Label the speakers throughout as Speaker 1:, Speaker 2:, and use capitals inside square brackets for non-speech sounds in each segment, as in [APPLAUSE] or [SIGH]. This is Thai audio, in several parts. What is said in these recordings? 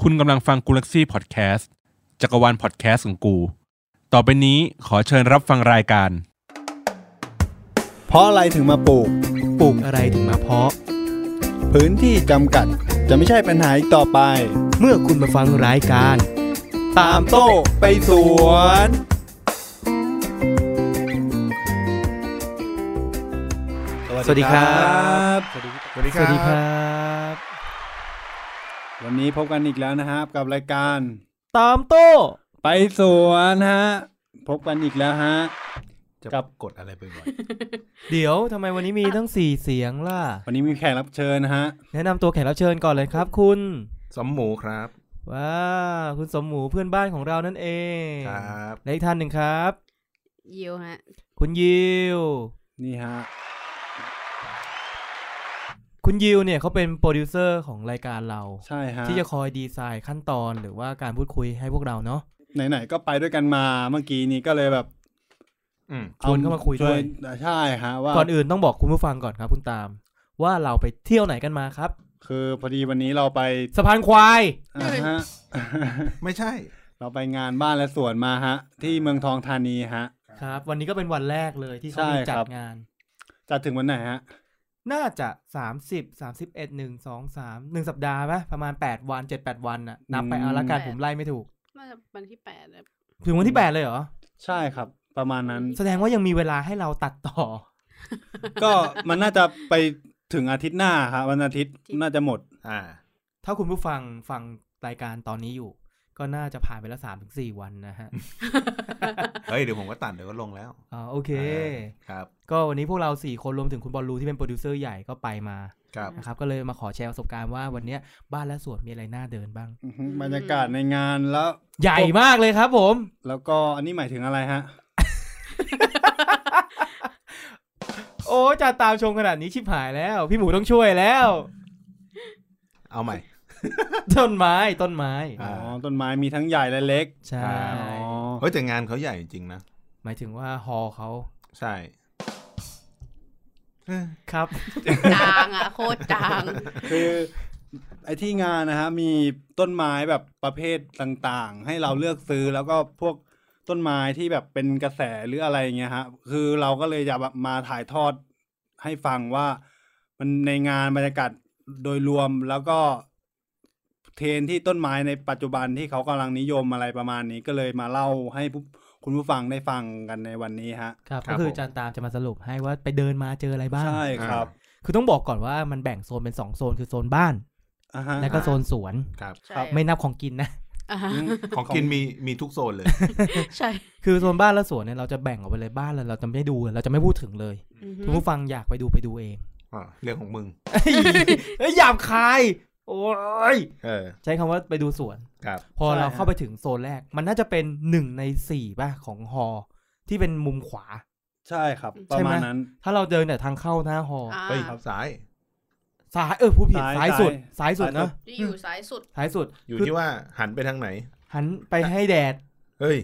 Speaker 1: คุณกำลังฟังกูลักซี่พอดแคสต์จักรวาลพอดแคสต์ของกู ต่อไปนี้ขอเชิญรับฟังรายการ
Speaker 2: เพราะอะไรถึงมาปลูก
Speaker 3: ปลูกอะไรถึงมาเพาะ
Speaker 2: พื้นที่จำกัด จะไม่ใช่ปัญหาอีกต่อไป
Speaker 3: เมื่อคุณมาฟังรายการ
Speaker 2: ตามโต้ไปสวน
Speaker 3: สวัสดีครับ
Speaker 2: สวัสดี
Speaker 3: สวัสดีครับ สวัสดีครับ
Speaker 2: วันนี้พบกันอีกแล้วนะครับ กับรายการ
Speaker 3: ตามโต้
Speaker 2: ไปสวนฮะ พบกันอีกแล้วฮะ
Speaker 4: จะ
Speaker 2: ครับ
Speaker 4: กดอะไรไปบ่อย
Speaker 3: เดี๋ยวทำไมวันนี้มีทั้งสี่เสียงล่ะ
Speaker 2: วันนี้มีแขกรับเชิญนะฮะ
Speaker 3: แนะนำตัวแขกรับเชิญก่อนเลยครับ คุณ
Speaker 4: สมหมูครับ
Speaker 3: ว้าวคุณสมหมูเพื่อนบ้านของเรานั่นเอง
Speaker 4: ครับ
Speaker 3: และอีกท่านหนึ่งครับ
Speaker 5: ยิวฮะ
Speaker 3: คุณยิว
Speaker 2: นี่ฮะ
Speaker 3: คุณยิวเนี่ยเขาเป็นโปรดิวเซอร์ของรายการเรา
Speaker 2: ใช่ฮะ
Speaker 3: ที่จะคอยดีไซน์ขั้นตอนหรือว่าการพูดคุยให้พวกเราเนาะ
Speaker 2: ไหนๆก็ไปด้วยกันมาเมื่อกี้นี้ก็เลยแบบ
Speaker 4: อืม
Speaker 3: ชวนเข้ามาคุยด้วย
Speaker 2: ใช่ฮะว่า
Speaker 3: ก่อนอื่นต้องบอกคุณผู้ฟังก่อนครับคุณตาม ว่าเราไปเที่ยวไหนกันมาครับ
Speaker 2: คือพอดีวันนี้เราไป
Speaker 3: สะพานควาย
Speaker 2: อ่าฮะ
Speaker 4: ไม่ใช่
Speaker 2: เราไปงานบ้านและสวนมาฮะ ที่เมืองทองธานีฮะ
Speaker 3: ครับ วันนี้ก็เป็นวันแรกเลยที่เขา
Speaker 2: ใช่
Speaker 3: มีจัด
Speaker 2: ครับ
Speaker 3: งาน
Speaker 2: จัดถึงวันไหนฮะ
Speaker 3: น่าจะ 30 31 1 2 3 1 สัปดาห์ปะประมาณ 8 วัน 7 8 วันน่ะนับไป
Speaker 2: อืม
Speaker 3: เอาละกัน
Speaker 5: แปด
Speaker 3: ผมไล่ไม่ถูก
Speaker 5: น่าจะวันที่แปดแล้ว
Speaker 3: ถึงวันที่ 8 เลยเหรอ
Speaker 2: ใช่ครับ ประมาณนั้น
Speaker 3: แสดงว่ายังมีเวลาให้เราตัดต่อ
Speaker 2: ก็มันน่าจะไปถึงอาทิตย์หน้าครับวันอาทิตย์น่าจะหมด
Speaker 4: อ่า
Speaker 3: ถ้าคุณผู้ฟังฟังรายการตอนนี้อยู่ ก็น่าจะผ่านไปแล้ว3ถึง4วันนะ
Speaker 2: [LAUGHS]
Speaker 3: ฮะ
Speaker 4: เฮ้ย เดี๋ยวผมก็ตัดเดี๋ยวก็ลงแล้ว
Speaker 3: อ๋อโอเค
Speaker 4: าครับ
Speaker 3: ก็วันนี้พวกเราสี่คนรวมถึงคุณบอลลูที่เป็นโปรดิวเซอร์ใหญ่ก็ไปมา
Speaker 4: ครับ
Speaker 3: นะครับก็เลยมาขอแชร์ประสบการณ์ว่าวันเนี้ยบ้านและสวนมีอะไรน่าเดินบ้าง
Speaker 2: อื้อหือบรรยากาศในงานแล้ว
Speaker 3: ใหญ่มากเลยครับผม
Speaker 2: แล้วก็อันนี้หมายถึงอะไรฮะ
Speaker 3: โอ้จะตามชมขนาดนี้ชิบหายแล้ว พี่หมูต้องช่วยแล้ว
Speaker 4: เอาใหม่
Speaker 3: ต้นไม้ต้นไม้
Speaker 4: อ่า
Speaker 2: อ๋อ ต้นไม้มีทั้งใหญ่และเล็ก
Speaker 3: ใช่
Speaker 2: อ๋อ
Speaker 4: เฮ้ยแต่งานเขาใหญ่จริงๆนะ
Speaker 3: หมายถึงว่าฮอเขา
Speaker 4: ใช่เอ้ย
Speaker 3: ครับ
Speaker 5: จางอ่ะ [LAUGHS] โคตรจาง
Speaker 2: คือไอ้ที่งานนะฮะมีต้นไม้แบบประเภทต่างๆ ให้เราเลือกซื้อแล้วก็พวกต้นไม้ที่แบบเป็นกระแสหรืออะไรอย่างเงี้ยฮะคือเราก็เลยจะแบบมาถ่ายทอดให้ฟังว่า มันในงานบรรยากาศโดยรวมแล้วก็เทรนด์ที่ต้นไม้ในปัจจุบันที่เขากำลังนิยมอะไรประมาณนี้ก็เลยมาเล่าให้ผู้คุณผู้ฟังได้ฟังกันในวันนี้ฮะ
Speaker 3: ครับก็คือจานตามจะมาสรุปให้ว่าไปเดินมาเจออะไรบ้าง
Speaker 2: ใช่ครับ
Speaker 3: คือต้องบอกก่อนว่ามันแบ่งโซนเป็นสองโซนคือโซนบ้าน
Speaker 2: อ่าฮะ
Speaker 3: และก็โซนสวน
Speaker 4: ครับ
Speaker 5: ใช่
Speaker 2: ครับ
Speaker 3: ไม่นับของกินนะ
Speaker 5: อ่าฮะ
Speaker 4: ของกินมีมีทุกโซน [LAUGHS] เลย
Speaker 5: ใช่
Speaker 3: คือโซนบ้านและสวนเนี่ยเราจะแบ่งออกไปเลยบ้านเราเราจะไม่ดูเราจะไม่พูดถึงเลย
Speaker 5: อือฮึ
Speaker 3: คุณผู้ฟังอยากไปดูไปดูเอง [LAUGHS]
Speaker 4: อ่าเรื่องของมึง
Speaker 3: เอ้ยหยาบคาย โอ้ย
Speaker 4: เออ
Speaker 3: ใช้คำว่าไปดูสวน
Speaker 4: ครับ
Speaker 3: พอ
Speaker 2: ใช่
Speaker 3: เรา
Speaker 2: ฮะ
Speaker 3: เข้าไปถึงโซนแรก มันน่าจะเป็นหนึ่งในสี่ป่ะ ของฮอ ที่เป็นมุมขวา
Speaker 2: ใช่ครับ ประมาณนั้น
Speaker 3: ถ้าเราเดินแต่ทางเข้าหน้าฮอ
Speaker 5: อ่า
Speaker 4: เฮ้ยครับซ้าย
Speaker 3: ซ้ายเออผู้ผิด
Speaker 2: ซ้า
Speaker 3: ซ้าย ยสุด
Speaker 2: ซ้า
Speaker 3: ซ้าย ย
Speaker 2: ซ้าย
Speaker 3: สุด
Speaker 2: สุ
Speaker 3: เนาะ
Speaker 2: ด
Speaker 5: ที่อยู่ซ้ายสุด
Speaker 3: ซ้ายสุด
Speaker 4: อยู่
Speaker 3: คือ
Speaker 4: ที่ว่าหันไปทางไหน
Speaker 3: หันไปให้แดด
Speaker 4: เฮ้ย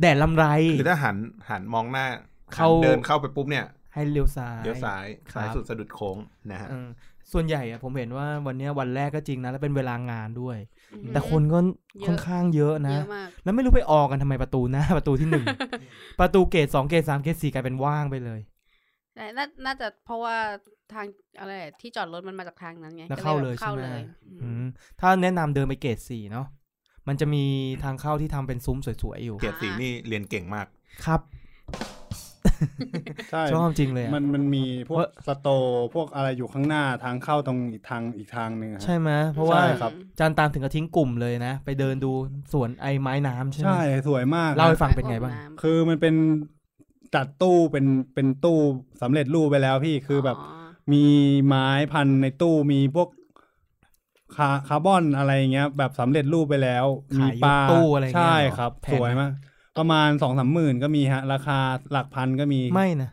Speaker 3: แดดลำไร
Speaker 4: คือถ้าหันหันมองหน้า
Speaker 3: เข้า
Speaker 4: หันเดินเข้าไปปุ๊บเนี่ย
Speaker 3: ให้เลี้ยวซ้าย
Speaker 4: เดี๋ยวซ้าย
Speaker 3: ครับ
Speaker 4: ซ้ายสุดสะดุดโค้งนะฮะ
Speaker 3: เออส่วนใหญ่อะผมเห็นว่าวันเนี้ยวันแรกก็จริงนะ แล้วเป็นเวลางานด้วย
Speaker 5: อือฮึ
Speaker 3: แต่คนก็
Speaker 5: เยอะ
Speaker 3: ค่อนข้างเยอะนะ
Speaker 5: เยอะมาก
Speaker 3: แล้วไม่รู้ไปออกกันทำไมประตูหน้า [LAUGHS] ประตูที่หนึ่ง
Speaker 5: [LAUGHS]
Speaker 3: ประตูเกรดสองเกรดสามเกรดสี่กลายเป็นว่างไปเลย
Speaker 5: แต่น่าน่าจะเพราะว่าทางอะไรที่จอดรถมันมาจากทางนั้นไง
Speaker 3: แล้วเข้าเลย
Speaker 5: ก็
Speaker 3: ใช่ไหม
Speaker 5: เลย
Speaker 3: อืมถ้าแนะนำเดินไปเกรดสี่เนาะมันจะมีทางเข้าที่ทำเป็นซุ้มสวยๆอยู่
Speaker 4: เกียรติสีนี่เรียนเก่งมาก
Speaker 3: ครับ
Speaker 2: ใช่
Speaker 3: ชอบจริงเลยอะ
Speaker 2: มันมันมีพวก
Speaker 3: ว่า
Speaker 2: สโตร์พวกอะไรอยู่ข้างหน้าทางเข้าตรงอีกทางอีกทางหนึ่งอะฮะ
Speaker 3: ใช่ไหมเพราะว่า
Speaker 2: ใช่ครับ
Speaker 3: จานตามถึงกับทิ้งกลุ่มเลยนะ ไปเดินดูสวนไอ้ไม้น้ำใช่ไหม
Speaker 2: ใช่สวยมาก
Speaker 3: เล่าให้
Speaker 2: ฮะ
Speaker 3: ฟังเป็นไงบ้าง
Speaker 2: คือมันเป็นจัดตู้เป็นเป็นตู้สำเร็จรูปไปแล้วพี่คือแบบมีไม้พันในตู้มีพวกคาคาร์บอนอะไรอย่างเงี้ย แบบสำเร็จรูปไปแล้ว
Speaker 3: ขาย
Speaker 2: มีปลาย
Speaker 3: กตู้อะไรอย่างเงี้ย
Speaker 2: ใช่
Speaker 3: เหรอ
Speaker 2: ครับ
Speaker 3: แพง
Speaker 2: ส
Speaker 3: ไหม
Speaker 2: วยมาก ประมาณสองสามหมื่นก็มีฮะ ราคาหลักพันก็มี
Speaker 3: ไม่นะ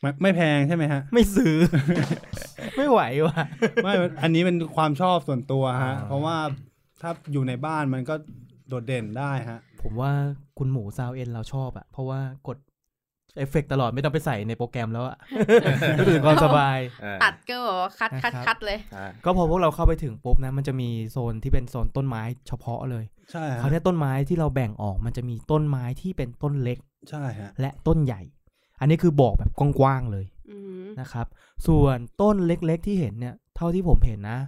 Speaker 2: ไม่ไม่แพงใช่ไหมฮะ
Speaker 3: ไม่ซื้อ [LAUGHS] ไม่ไหวว่ะ
Speaker 2: ไม่ อันนี้เป็นความชอบส่วนตัวฮะ
Speaker 3: อ่า
Speaker 2: เพราะว่าถ้าอยู่ในบ้านมันก็โดดเด่นได้ฮะ
Speaker 3: ผมว่าคุณหมูซาวเอ็นเราชอบอะเพราะว่ากด เอฟเฟกตลอดไม่ต้องไปใส่ในโปรแกรมแล้วอะ [LAUGHS] รู้สึกถึงความสบาย
Speaker 4: เออ
Speaker 5: ตัดก็แบบว่าคัดคัด
Speaker 3: นะครับ
Speaker 5: คัดเลย
Speaker 4: ใช่
Speaker 3: ก็พอพวกเราเข้าไปถึงปุ๊บนะ มันจะมีโซนที่เป็นโซนต้นไม้เฉพาะเลย
Speaker 2: ใช่
Speaker 3: ค
Speaker 2: ฮะ
Speaker 3: ราวเนี้ยต้นไม้ที่เราแบ่งออกมันจะมีต้นไม้ที่เป็นต้นเล็ก
Speaker 2: ใช่ฮะ
Speaker 3: และต้นใหญ่ อันนี้คือบอกแบบกว้างๆเลย
Speaker 5: อือหือ
Speaker 3: นะครับ ส่วนต้นเล็กๆที่เห็นเนี่ย เท่าที่ผมเห็นนะ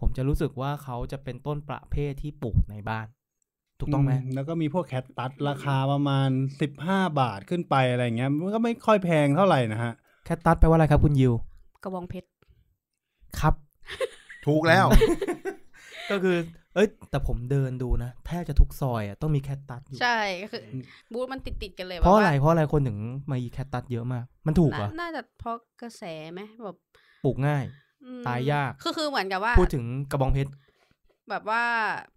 Speaker 3: ผมจะรู้สึกว่าเขาจะเป็นต้นประเภทที่ปลูกในบ้าน ถูกต้องไหม
Speaker 2: แล้วก็มีพวกแคทตัสราคาประมาณสิบห้าบาทขึ้นไปอะไรเงี้ยมันก็ไม่ค่อยแพงเท่าไหร่นะฮะ
Speaker 3: แคตตัสแปลว่าอะไรครับคุณยิว
Speaker 5: กระบองเพชร
Speaker 3: ครับ
Speaker 4: ถูกแล้ว
Speaker 3: ก็คือ เอ้ย แต่ผมเดินดูนะ แทบจะทุกซอยอ่ะต้องมีแคตตัสอยู่
Speaker 5: ใช่คือบูธมันติดติดๆกันเลย
Speaker 3: เพราะ
Speaker 5: แบบ
Speaker 3: อะไร
Speaker 5: ว่
Speaker 3: เพราะอะไรคนถึงมาอีแคตตัสเยอะมาก มันถูกเหร
Speaker 5: น่า
Speaker 3: อ่ะ
Speaker 5: น่าจะเพราะกระแสไหมแบบ
Speaker 3: ปลูกง่าย
Speaker 5: อืม
Speaker 3: ตายยาก
Speaker 5: คือคือเหมือนกับว่า
Speaker 3: พูดถึงกระบองเพชร
Speaker 5: แบบว่า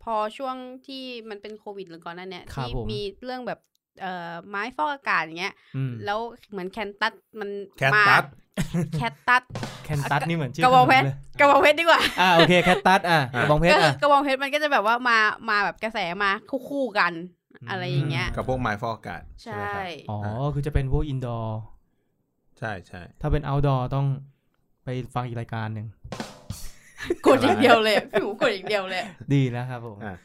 Speaker 5: พอช่วงที่มันเป็นโควิดหรือก่อนหนั้นเนี่ย
Speaker 3: ครับ
Speaker 5: ที่
Speaker 3: ผม
Speaker 5: มีเรื่องแบบเอ่อไม้ฟอกอากาศอย่างเงี้ย
Speaker 3: อืม
Speaker 5: แล้วเหมือนแคนตัสมัน
Speaker 4: แคท
Speaker 5: มา
Speaker 4: ตัส
Speaker 5: แคน
Speaker 4: [LAUGHS]
Speaker 5: ตัส
Speaker 3: แคตตัสนี่เหมือนชื่
Speaker 5: กระบองเพชร
Speaker 3: ขนมลย
Speaker 5: กระบองเพชรดีกว่า
Speaker 3: อ่าโอเคแคตตัสอ่ะกระบองเพชร
Speaker 5: ก็คื
Speaker 3: อ่ะ
Speaker 5: [LAUGHS] อกระบองเพชรมันก็จะแบบว่ามามาแบบกระแสมาคู่ๆกัน
Speaker 3: อืม
Speaker 5: อะไรอย่างเงี้ย
Speaker 4: กับพวกไม้ฟอกอากาศ
Speaker 5: ใช
Speaker 4: ใช่ไหม่ ครับ
Speaker 3: อ๋อ คือจะเป็นพวกอินดอร์
Speaker 4: ใช่ใช่
Speaker 3: ถ้าเป็น outdoor ต้องไปฟังอีกรายการหนึ่ง
Speaker 5: กดอย่างเดียวเลยพี่หมูกดอย่างเดียวเลย
Speaker 3: ดีแล้วครับผม
Speaker 4: อ่ะ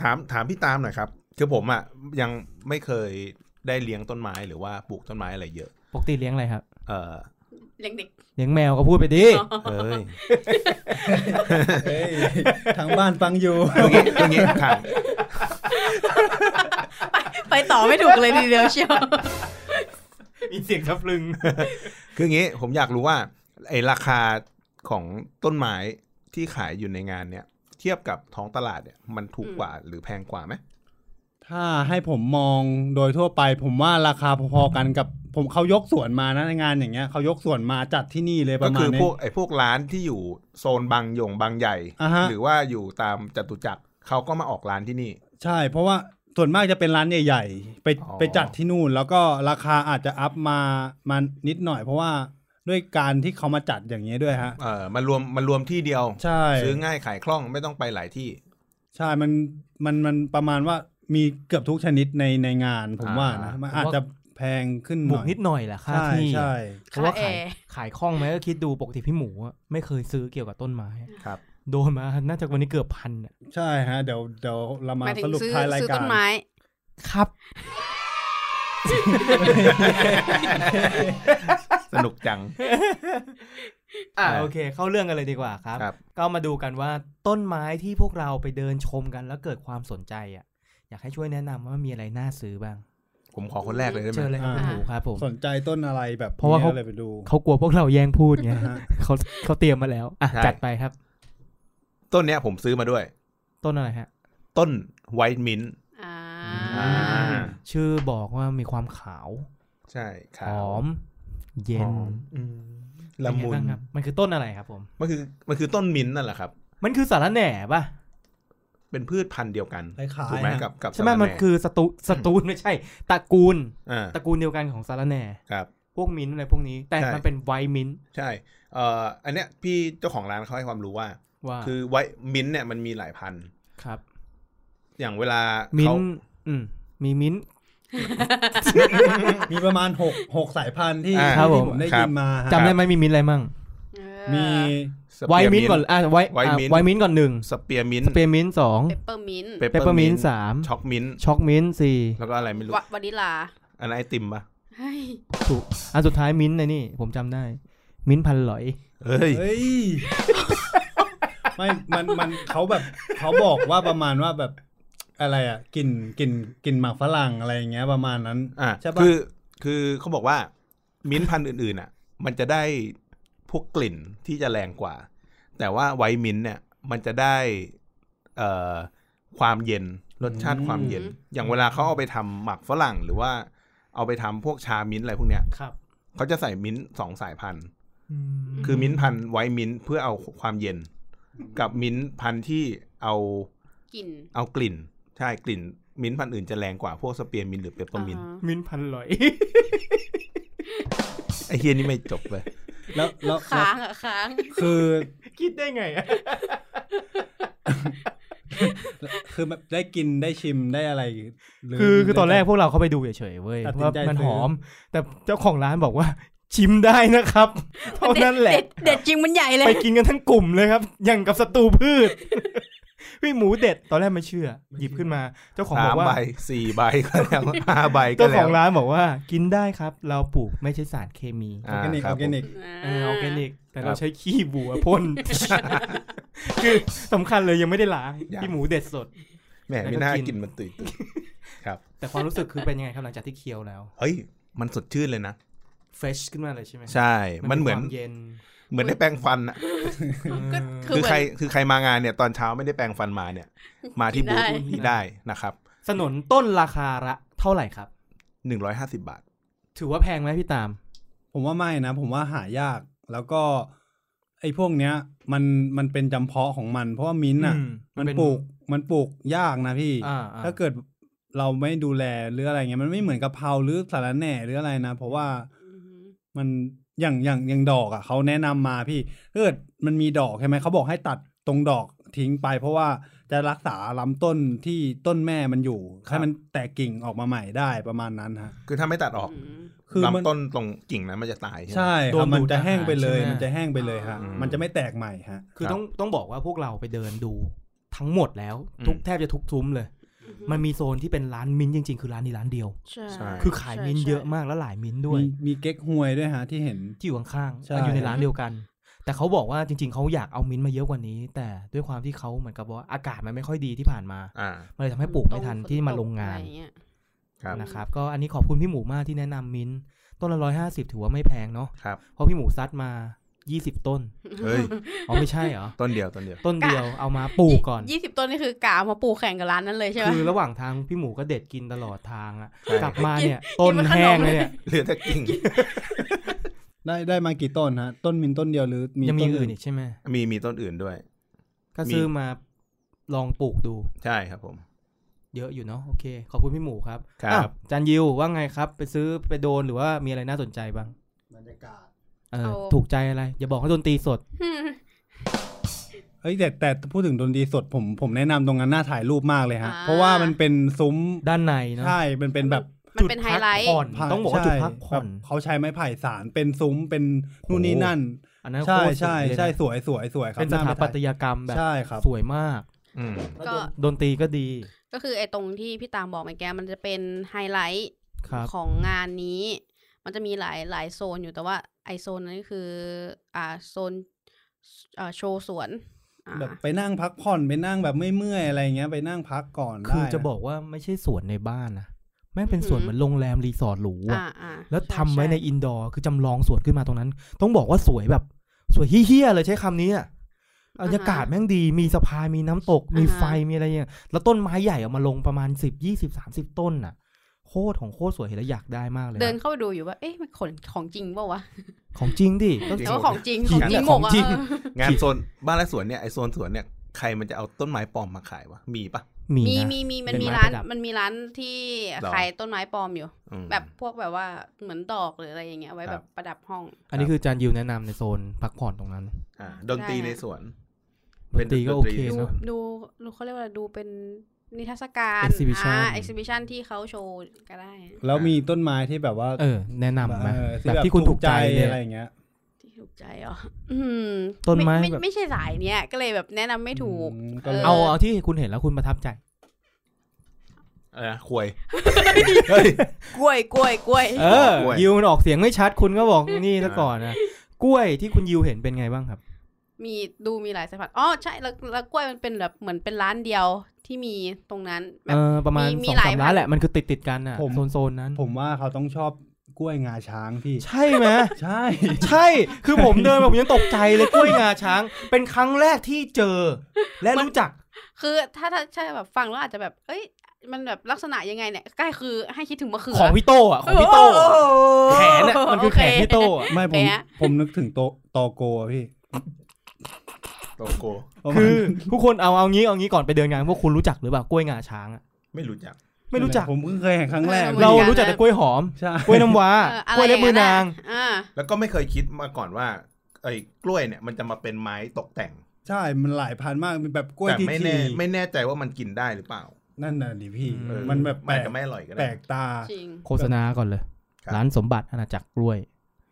Speaker 4: ถามถามพี่ตามหน่อยครับ คือผมอ่ะยังไม่เคยได้เลี้ยงต้นไม้หรือว่าปลูกต้นไม้อะไรเยอะ
Speaker 3: ปกติเลี้ยงอะไรครับ
Speaker 4: เอ [LAUGHS] อ
Speaker 5: เลี้ยงเด็ก
Speaker 3: เลี้ยงแมวก็พูดไปดิ
Speaker 4: เอ้ย
Speaker 2: เอ้ย [LAUGHS] ทางบ้านฟังอยู่
Speaker 4: อย่างงี้ [LAUGHS] อย่างงี้ถาม
Speaker 5: ไปต่อไม่ถูกเลยทีเดียวเชียว
Speaker 3: มีเสียงทับลึง
Speaker 4: คืออย่างงี้ผมอยากรู้ว่าไอ้ราคาของต้นไม้ที่ขายอยู่ในงานเนี่ย เทียบกับท้องตลาดเนี่ยมันถูกกว่าหรือแพงกว่าไหม
Speaker 2: ถ้าให้ผมมองโดยทั่วไป ผมว่าราคาพอๆกันกับผมเขายกส่วนมานะในงานอย่างเงี้ยเขายกส่วนมาจัดที่นี่เลยป
Speaker 4: ก็
Speaker 2: ระมา
Speaker 4: คื
Speaker 2: ณ
Speaker 4: อพ
Speaker 2: นี้
Speaker 4: วกไอ้พวกร้านที่อยู่โซนบางหยงบางใหญ่
Speaker 2: อ่าฮะ
Speaker 4: หรือว่าอยู่ตามจตุจักรเขาก็มาออกร้านที่นี่
Speaker 2: ใช่ เพราะว่าส่วนมากจะเป็นร้านใหญ่ๆไป
Speaker 4: อ๋อ
Speaker 2: ไปจัดที่นู่น แล้วก็ราคาอาจจะอัพมามานิดหน่อย เพราะว่าด้วยการที่เขามาจัดอย่างเงี้ยด้วยฮะ
Speaker 4: เออมารวมมารวมที่เดียว
Speaker 2: ใช่
Speaker 4: ซื้อง่ายขายคล่องไม่ต้องไปหลายที่
Speaker 2: ใช่มันมันมันประมาณว่ามีเกือบทุกชนิดในในงาน ผมว่านะ
Speaker 4: อ่ามั
Speaker 2: มันอาจจะแพงขึ้นห
Speaker 3: บุ
Speaker 2: น่
Speaker 3: ก
Speaker 2: อย
Speaker 3: นิดหน่อยแหละค่า
Speaker 2: ใช่
Speaker 3: ที่
Speaker 2: ใช่
Speaker 3: เพราะว่า
Speaker 5: ค่า
Speaker 3: ขาย
Speaker 5: แอร์
Speaker 3: ขายคล่องไหมก็คิดดูปกติพี่หมูอะไม่เคยซื้อเกี่ยวกับต้นไม้อะ
Speaker 4: ครับ
Speaker 3: โดนมา น่าจะวันนี้เกือบพันอะ
Speaker 2: ใช่ฮะเดี๋ยวเดี๋ยวเรามาม
Speaker 5: หายถึ
Speaker 2: ส
Speaker 5: ง
Speaker 2: รุป
Speaker 5: ซื้อ
Speaker 2: ท้ายราย
Speaker 5: ซื้อ
Speaker 2: การ
Speaker 5: ต้นไม้
Speaker 3: ครับ
Speaker 4: สนุกจัง
Speaker 3: อ่า
Speaker 4: อ่า
Speaker 3: โอเค เข้าเรื่องกันเลยดีกว่าครับ
Speaker 4: ครับ
Speaker 3: ก็มาดูกันว่าต้นไม้ที่พวกเราไปเดินชมกันแล้วเกิดความสนใจอ่ะ อยากให้ช่วยแนะนำว่ามีอะไรน่าซื้อบ้าง
Speaker 4: ผมขอคนแรกเลยได้ไหม
Speaker 3: เจอเลยครับคุณหมูครับผม
Speaker 2: สนใจต้นอะไรแบบ
Speaker 3: เพราะว่าเขา
Speaker 2: เลยไปดู
Speaker 3: เขากลัวพวกเราแย่งพูดไง
Speaker 2: ฮะ
Speaker 3: เขาเขาเตรียมมาแล้ว อ่ะ จัดไปครับ
Speaker 4: ต้นเนี้ยผมซื้อมาด้วย
Speaker 3: ต้นอะไรฮะ
Speaker 4: ต้นไวท์มินต์
Speaker 5: อ่า
Speaker 4: อ่า
Speaker 3: ชื่อบอกว่ามีความขาว
Speaker 4: ใช่
Speaker 3: ห
Speaker 4: ขาว
Speaker 3: อม เย็
Speaker 4: ห
Speaker 3: น
Speaker 4: อมอืมละมุน
Speaker 3: เป็นไงบ้างครับมันคือต้นอะไรครับผม
Speaker 4: มันคือมันคือต้นมิ้นท์นั่นแหละครับ
Speaker 3: มันคือสาระแหน่ป่ะ
Speaker 4: เป็นพืชพันธุ์เดียวกัน
Speaker 2: คล้าย
Speaker 4: ถูก
Speaker 2: ๆ
Speaker 4: ไหม
Speaker 2: นะ
Speaker 4: กับกับ
Speaker 3: ใช่ไหม
Speaker 4: สะระแห
Speaker 3: มันคือสตูสตูนไม่ใช่ตระกูล
Speaker 4: อ่า
Speaker 3: ตระกูลเดียวกันของสาระแหน่
Speaker 4: ครับ
Speaker 3: พวกมิ้นท์อะไรพวกนี้ แต่
Speaker 4: ใช่
Speaker 3: มันเป็นไวท์มิ้นท์
Speaker 4: ใช่เอ่ออันเนี้ยพี่เจ้าของร้านเขาให้ความรู้ว่า
Speaker 3: ว่า
Speaker 4: คือไวท์มิ้นท์เนี่ยมันมีหลายพันธุ์
Speaker 3: ครับ
Speaker 4: อย่างเวลา
Speaker 3: มิ้น
Speaker 4: เขา
Speaker 3: ท์อืมมีมิ้นท์
Speaker 2: มีประมาณหกหกสายพันธุ์ที่
Speaker 4: อ่า
Speaker 3: ครับ
Speaker 2: ที่
Speaker 3: ผ
Speaker 2: ผม มได้
Speaker 4: ครั
Speaker 2: ยิ
Speaker 4: บ
Speaker 2: นมาฮะ
Speaker 3: จำได้ไหมมีมิ้นท์อะไรมั่ง
Speaker 5: เออ
Speaker 2: มี
Speaker 4: สเปีย
Speaker 3: ไวท์มิ้นท์ก่อนอ่ะไวท์
Speaker 4: ไวท์
Speaker 3: อ่ะ
Speaker 4: มิ้น
Speaker 3: ไวท์มิ้นท์ก่อนหนึ่ง
Speaker 4: สเปียร์มิ้น
Speaker 3: สเปรย์มิ้นท์สอง
Speaker 5: เปปเปอร์มินต์
Speaker 3: เปปเปอร์มิ้นท์สาม
Speaker 4: ช็อกมิ้นท์
Speaker 3: ช็อกมิ้นท์สี่
Speaker 4: แล้วก็อะไรไม่รู้
Speaker 5: วะวานิลา
Speaker 4: อันนั้นไอติมปะ
Speaker 5: เฮ้ย
Speaker 3: ถูกอันสุดท้ายมิ้นท์นะนี่ ผมจำได้ มิ้นท์พันหลอย
Speaker 4: เฮ้ย
Speaker 2: เฮ้ย ไม่ มัน มันเขาแบบ เขาบอกว่าประมาณว่าแบบอะไรอ่ะกลิ่นกลิ่นกลิ่นหมากฝรั่งอะไรอย่างเงี้ย ประมาณนั้น
Speaker 4: อ่ะ
Speaker 2: ใช่ปะ
Speaker 4: คือคือเขาบอกว่ามิ้นท์พันธุ์อื่นๆอ่ะ มันจะได้พวกกลิ่นที่จะแรงกว่า แต่ว่าไวท์มิ้นท์เนี่ยมันจะได้เอ่อความเย็นรสชาติความเย็น อย่างเวลาเขาเอาไปทำหมักฝรั่งหรือว่าเอาไปทำพวกชามิ้นท์อะไรพวกเนี้ย
Speaker 3: ครับ
Speaker 4: เขาจะใส่มิ้นท์สองสายพันธุ์ คือมิ้นท์พันธุ์ไวท์มิ้นท์เพื่อเอาความเย็น กับมิ้นท์พันธุ์ที่เอา
Speaker 5: กลิ่น
Speaker 4: เอากลิ่น ใช่กลิ่น มิ้นท์พันธุ์อื่นจะแรงกว่าพวกสเปียร์มิ้นท์หรือเปปเปอร์มินท์
Speaker 5: าฮะ
Speaker 3: มิ้นท์พันหลอย
Speaker 4: ไอเฮียนี่ไม่จบเลย
Speaker 2: แล้วแล้วแล้ว
Speaker 5: ค้างอะค้าง
Speaker 2: คือ
Speaker 3: คิดได้ไงอะ
Speaker 2: คือแบบได้กินได้ชิมได้อะไรหรื
Speaker 3: คือคือตอนแรกพวกเราเข้าไปดูเฉยๆเว้ย
Speaker 2: ตัดสิน
Speaker 3: ว่า
Speaker 2: ใจ
Speaker 3: มัน
Speaker 2: ซื้อ
Speaker 3: หอม แต่เจ้าของร้านบอกว่า ชิมได้นะครับเท่านั้นแหละ
Speaker 5: เด็ดเด็ดจริงมันใหญ่เล
Speaker 3: ไป
Speaker 5: ย
Speaker 3: กินกันทั้งกลุ่มเลยครับ อย่างกับศัตรูพืช [LAUGHS] พี่หมูเด็ดตอนแรกไม่เชื่อ หยิบขึ้นมา เจ้าของบ
Speaker 4: สา
Speaker 3: อ
Speaker 4: ม
Speaker 3: กว่า
Speaker 4: ใบสี่ใบก็แล้วห้าใบก็
Speaker 3: เจ้าข
Speaker 4: แล้
Speaker 3: อง
Speaker 4: ว
Speaker 3: ร้านบอกว่า กินได้ครับ เราปลูกไม่ใช่สารเคมี
Speaker 2: ออ
Speaker 4: อ่า
Speaker 2: ร์แกนิก
Speaker 4: ค
Speaker 2: อ
Speaker 4: รั
Speaker 2: อบ ร์แกนิก
Speaker 3: เออออร์แกนิก แต่
Speaker 4: ครั
Speaker 3: เรา
Speaker 4: บ
Speaker 3: ใช้ขี้บัวพ่น [LAUGHS] คือสำคัญเลยยังไม่ได้ล้าง
Speaker 4: ยัง
Speaker 3: พี่หมูเด็ดสด
Speaker 4: แหม
Speaker 3: แล้วก็
Speaker 4: ไม่น่า
Speaker 3: กิน
Speaker 4: กินมันตุยตุย
Speaker 3: แต่ความรู้สึกคือเป็นยังไงครับหลังจากที่เคี้ยวแล้ว
Speaker 4: เฮ้ย มันสดชื่นเลยนะ
Speaker 3: เฟชขึ้นมาเลยใช่ไหม
Speaker 4: ใช่ มันเหมือน
Speaker 3: ควาเย็น
Speaker 4: เหมือนได้แปรงฟันอะ
Speaker 5: [LAUGHS] ก็
Speaker 3: เออ
Speaker 5: คือเหมื
Speaker 4: คือใคร
Speaker 5: อน
Speaker 4: คือใครมางานเนี่ยตอนเช้าไม่ได้แปรงฟันมาเนี่ย มาที่
Speaker 5: กิน
Speaker 4: บูธ
Speaker 5: ได้
Speaker 4: ที่ได้นะครับ
Speaker 3: สนนต้นราคาละเท่าไหร่ครับ
Speaker 4: หนึ่งร้อยห้าสิบาท
Speaker 3: ถือว่าแพงไหมพี่ตาม
Speaker 2: ผมว่าไม่นะ ผมว่าหายากแล้วก็ ไอ้พวกเนี้ย มันมันเป็นจำเพาะของมัน เพราะว่ามิ้นท์อ่ะ
Speaker 3: อืมมั
Speaker 2: มัน น
Speaker 3: เป็น
Speaker 2: ปลูกมันปลูกยากนะพี่
Speaker 3: อ่าๆ
Speaker 2: ถ้าเกิดเราไม่ดูแลหรืออะไรเงี้ยมันไม่เหมือนกะเพราหรือสาระแหน่หรืออะไรนะ เพราะว่า
Speaker 5: อือหือ
Speaker 2: มันอย่างอย่างอย่างดอกอ่ะเขาแนะนำมาพี่ถ้าเกิดมันมีดอกใช่ไหมเขาบอกให้ตัดตรงดอกทิ้งไป เพราะว่าจะรักษาลำต้นที่ต้นแม่มันอยู่
Speaker 3: ครับ
Speaker 2: ให้มันแตกกิ่งออกมาใหม่ได้ประมาณนั้นฮะ
Speaker 4: คือถ้าไม่ตัดออก
Speaker 5: อืม
Speaker 2: คือมัน
Speaker 4: ลำต้นตรงกิ่งนั้นมันจะตายใช่ไหม
Speaker 2: ใช่
Speaker 3: โด
Speaker 2: ครั
Speaker 3: น
Speaker 2: บ
Speaker 3: ดูด
Speaker 2: มันจะแห้งไปเลย
Speaker 3: อาหารใช่ไหม
Speaker 2: มันจะแห้งไปเลยฮะ
Speaker 5: อืม
Speaker 2: มันจะไม่แตกใหม่ฮะ
Speaker 3: คือ
Speaker 4: รับ
Speaker 3: ต้องต้องบอกว่าพวกเราไปเดินดูทั้งหมดแล้ว ทุก
Speaker 4: อืม
Speaker 3: แทบจะทุกซุ้มเลย มันมีโซนที่เป็นร้านมิ้นท์จริงๆ คือร้านนี้ร้านเดียว
Speaker 5: ใช่
Speaker 4: ใช่
Speaker 3: คือขายมิ้นท์
Speaker 5: ใช่
Speaker 3: เยอะมากและหลายมิ้นท์ด้วย
Speaker 2: มีมีเก๊กฮวยด้วยฮะที่เห็น
Speaker 3: ที่อยู่ข้างๆ
Speaker 2: ใช่
Speaker 3: อ่ะอยู่ในร้านเดียวกัน แต่เขาบอกว่าจริง ๆเขาอยากเอามิ้นท์มาเยอะกว่านี้ แต่ด้วยความที่เขาเหมือนกับว่าอากาศมันไม่ค่อยดีที่ผ่านมา
Speaker 4: อ่า
Speaker 3: มันเลยทำให้ปลูกไม่ทันที่มาลงงาน
Speaker 5: อะไรอย่เย
Speaker 4: ครับ
Speaker 3: นะครับ ก็อันนี้ขอบคุณพี่หมูมากที่แนะนำมิ้นท์ต้นละร้อยห้าสิบถือว่าไม่แพงเนาะ
Speaker 4: ครับ
Speaker 3: เพราะพี่หมูซัดมายี่สิบต้น
Speaker 4: เฮ้ย
Speaker 3: อ๋อไม่ใช่เหรอ
Speaker 4: ต้นเดียวต้นเดียว
Speaker 3: ต้นเดียวเอามาปลูกก่อน
Speaker 5: ยี่สิบต้นนี่คือกาวมาปลูกแข่งกับร้านนั้นเลยใช่ไหม
Speaker 3: คือระหว่างทางพี่หมูก็เด็ดกินตลอดทางอ่ะ
Speaker 4: ใช่
Speaker 3: กลับมาเนี่ย
Speaker 5: กิ
Speaker 3: ต้
Speaker 5: น
Speaker 3: น
Speaker 5: เป็นขนม
Speaker 3: แห้งเลยเนี่ย
Speaker 4: เหลือแต่กิ่ง
Speaker 2: ได้ได้มากี่ต้นฮะ ต้นมินต้นเดียวหรือมี
Speaker 3: ยังมี
Speaker 2: ต้น
Speaker 3: อื่
Speaker 2: อื่
Speaker 3: น
Speaker 2: น
Speaker 3: อีกใช่ไหม
Speaker 4: มีมีต้นอื่นด้วย
Speaker 3: ก็ซื้อมาลองปลูกดู
Speaker 4: ใช่ครับผม
Speaker 3: เยอะอยู่เนาะโอเค ขอบคุณพี่หมูครับ
Speaker 4: ครับ
Speaker 3: อ่ะจานยิวว่าไงครับ ไปซื้อไปโดนหรือว่ามีอะไรน่าสนใจบ้าง
Speaker 2: บรรยากาศ
Speaker 3: เออ
Speaker 5: เอา
Speaker 3: ถูกใจอะไร อย่าบอกว่าดนตรีสด
Speaker 5: อืม
Speaker 2: เอ้ยแต่แต่พูดถึงดนตรีสดผมผมแนะนำตรงนั้นน่าถ่ายรูปมากเลยฮะ
Speaker 5: อ่า
Speaker 2: เพราะว่ามันเป็นซุ้ม
Speaker 3: ด้านในเนาะ
Speaker 2: ใช่มันเป็นแบบ
Speaker 5: มันเป็นไฮไลท์
Speaker 3: จุดพักผ่อนต้องบอกว่าจุด
Speaker 2: ใช่
Speaker 3: พักผ่อน
Speaker 2: แบบเขาใช้ไม้ไผ่สารเป็นซุ้มเป็นนู่นนี่นั่น
Speaker 3: อันนั้น
Speaker 2: ใช่
Speaker 3: โคตรสวย
Speaker 2: ใช่
Speaker 3: เลยนะ
Speaker 2: ใช่สวยสวยสวยครับ
Speaker 3: เป็นสถาปัตยกรรมแบบ
Speaker 2: ใช่ครับ
Speaker 3: สวยมาก
Speaker 4: อืม
Speaker 5: ก็
Speaker 3: ดนตรีก็ดี
Speaker 5: ก็คือไอ้ตรงที่พี่ตามบอกเมื่อกี้มันจะเป็นไฮไลท์
Speaker 3: ครับ
Speaker 5: ของงานนี้ มันจะมีหลายหลายโซนอยู่แต่ว่าไอโซนนั้นก็คือ อ่าโซนอ่าโชว์สวนอ่า
Speaker 2: แบบไปนั่งพักผ่อนไปนั่งแบบไม่เมื่อยอะไรเงี้ยไปนั่งพักก่อน
Speaker 3: คือ
Speaker 2: ได้น
Speaker 3: จะบอกว่าไม่ใช่สวนในบ้านนะแม่งเป็นสวนเหมือนโรงแรมรีสอร์ทหรูอะ
Speaker 5: อ่าอ่า
Speaker 3: แล้ว
Speaker 5: ช่
Speaker 3: ทำไว้ใน
Speaker 5: ช่
Speaker 3: อินดอร์คือจำลองสวนขึ้นมาตรงนั้น ต้องบอกว่าสวยแบบ สวยเฮี้ยๆเลยใช้คำนี้อะบรรยากาศแม่งดี มีสะพานมีน้ำตก มีไฟมีอะไรอย่างเงี้ยแล้วต้นไม้ใหญ่เออกมาลงประมาณสิบยี่สิบสามสิบต้นน่ะ โคตรของโคตรสวยเห็นแล้วอยากได้มากเลย
Speaker 5: เดิน
Speaker 3: นะ
Speaker 5: เข้าไปดูอยู่ว่า เอ๊ะมันขนของจริงเปล่าวะ
Speaker 3: ของจริงดิก็
Speaker 4: จริง
Speaker 5: แต่ว่าของจริง
Speaker 3: จ
Speaker 5: ข
Speaker 3: ริ
Speaker 5: อง งจริง
Speaker 3: อะ
Speaker 5: หม
Speaker 3: ข
Speaker 5: ก
Speaker 3: อง
Speaker 5: อะ
Speaker 3: จริง
Speaker 5: เออง
Speaker 4: านโซนบ้านและสวนเนี่ยไอโซนสวนเนี่ยใครมันจะเอาต้นไม้ปลอมมาขายวะมีปะ
Speaker 3: มี
Speaker 5: มี
Speaker 3: นะ
Speaker 5: มีมีมัน
Speaker 3: เป็น
Speaker 5: มี
Speaker 3: ไม้
Speaker 5: ร้าน
Speaker 3: ประดับ
Speaker 5: มันมีร้านที่
Speaker 4: หรอ
Speaker 5: ขายต้นไม้ปลอมอยู่
Speaker 4: อืม
Speaker 5: แบบพวกแบบว่าเหมือนดอกหรืออะไรอย่างเงี้ยไว้
Speaker 4: ค
Speaker 5: แบ
Speaker 4: รับ
Speaker 5: บประดับห้อง
Speaker 3: อันนี้คือจานยิวแนะนำในโซนพักผ่อนตรงนั้น
Speaker 4: อ่าดนตรี
Speaker 5: ได้นะ
Speaker 4: ในสวน
Speaker 3: ดนตรีก็โอเค
Speaker 5: ดู
Speaker 3: เนาะ
Speaker 5: ดูดูเขาเรียกว่าอะไรดูเป็นนิทรรศการ
Speaker 3: Exhibition
Speaker 5: อ่า exhibition ที่เขาโชว์ก็ได้
Speaker 2: แล้วมีต้นไม้ที่แบบว่า
Speaker 3: เออ แนะนำไหม
Speaker 2: เออ
Speaker 3: แบบที่คุณถูกใจเล
Speaker 2: อะไร
Speaker 3: ย
Speaker 2: อย่างเงี้ย
Speaker 5: ที่ถูกใจเหรออืม
Speaker 3: ต้นไม้
Speaker 5: ไม่
Speaker 3: แบบ
Speaker 5: ไม่ใช่สายเนี้ย ก็เลยแบบแนะนำไม่ถูก
Speaker 2: อืมก็เลย
Speaker 3: เอาเอาที่คุณเห็นแล้วคุณประทับใจ
Speaker 4: เออควย เฮ้ย
Speaker 5: กล้วยกล้วยกล้วย
Speaker 3: เออ
Speaker 4: กล้วย
Speaker 3: ยิวมันออกเสียงไม่ชัดคุณก็บอกนี่ซะก่อนนะกล้วยที่คุณยิวเห็นเป็นไงบ้างครับ
Speaker 5: มีดูมีหลายสายพันธุ์อ๋อใช่แล้วแล้วกล้วยมันเป็นแบบเหมือนเป็นร้านเดียวที่มีตรงนั้นแบ
Speaker 3: เอบ อประมาณ
Speaker 5: มี
Speaker 3: สอง
Speaker 5: หลา
Speaker 3: สาย ม
Speaker 5: พัน
Speaker 3: ร้านแหละมันคือติดติดๆกันอ่ะโซนโซนๆนั้น
Speaker 2: ผมว่าเขาต้องชอบกล้วยงาช้างพี่
Speaker 3: ใช่ไหม
Speaker 2: ใช่
Speaker 3: ใช่ คือผมเดินมาผมยังตกใจเลยกล้วยงาช้าง เป็นครั้งแรกที่เจอ และรู้จัก
Speaker 5: คือถ้าถ้าใช่แบบฟังแล้วอาจจะแบบ เอ้ย มันแบบลักษณะยังไงเนี่ยใกล้คือให้คิดถึงมะเขือ
Speaker 3: ของพี่โตอ่ะ ของพี่โต
Speaker 5: อ้
Speaker 3: อะ
Speaker 5: ห
Speaker 3: แขนอ่ะมันคือแขน
Speaker 5: [LAUGHS] โเ
Speaker 3: พี่โตอ่ะ
Speaker 2: ไม่ผม
Speaker 5: แปะ
Speaker 2: ผมนึกถึงโตตอโกอะพี่
Speaker 4: โตโก
Speaker 2: ประมาณ
Speaker 3: คือทุกคนเอาเอางี้เอางี้ก่อนไปเดินงานพวกคุณรู้จักหรือเปล่ากล้วยงาช้างอ่ะ
Speaker 4: ไม่รู้จัก
Speaker 3: ไม่รู้จัก
Speaker 2: ผมเพิ่งเคยเห็นครั้งแรก
Speaker 5: เออ
Speaker 3: เรารู้จักแต่กล้วยหอม
Speaker 2: ใช่
Speaker 3: กล้วยน้ำว้า
Speaker 5: เอออะ
Speaker 3: กล้ว
Speaker 5: ไร
Speaker 3: ยเล็บมือนาง
Speaker 5: อ่า
Speaker 4: แล้วก็ไม่เคยคิดมาก่อนว่าไอ้กล้วยเนี่ยมันจะมาเป็นไม้ตกแต่ง
Speaker 2: ใช่มันหลายพันธุ์มากมันแบบกล้วย
Speaker 4: แต่
Speaker 2: ที่
Speaker 4: ไม่
Speaker 2: ที
Speaker 4: แน่ไม่แน่ใจว่ามันกินได้หรือเปล่า
Speaker 2: นั่นน่ะดิพี่
Speaker 3: อื
Speaker 4: เออ
Speaker 2: มันแบบแป
Speaker 4: มั
Speaker 2: ล
Speaker 4: น
Speaker 2: ก
Speaker 4: จะไม่อร่อยก็
Speaker 2: แปล
Speaker 4: ได้
Speaker 2: กตา
Speaker 5: จริง
Speaker 3: โฆษณาก่อนเลย
Speaker 4: ครับ
Speaker 3: ร้านสมบัติอาณาจักรกล้วย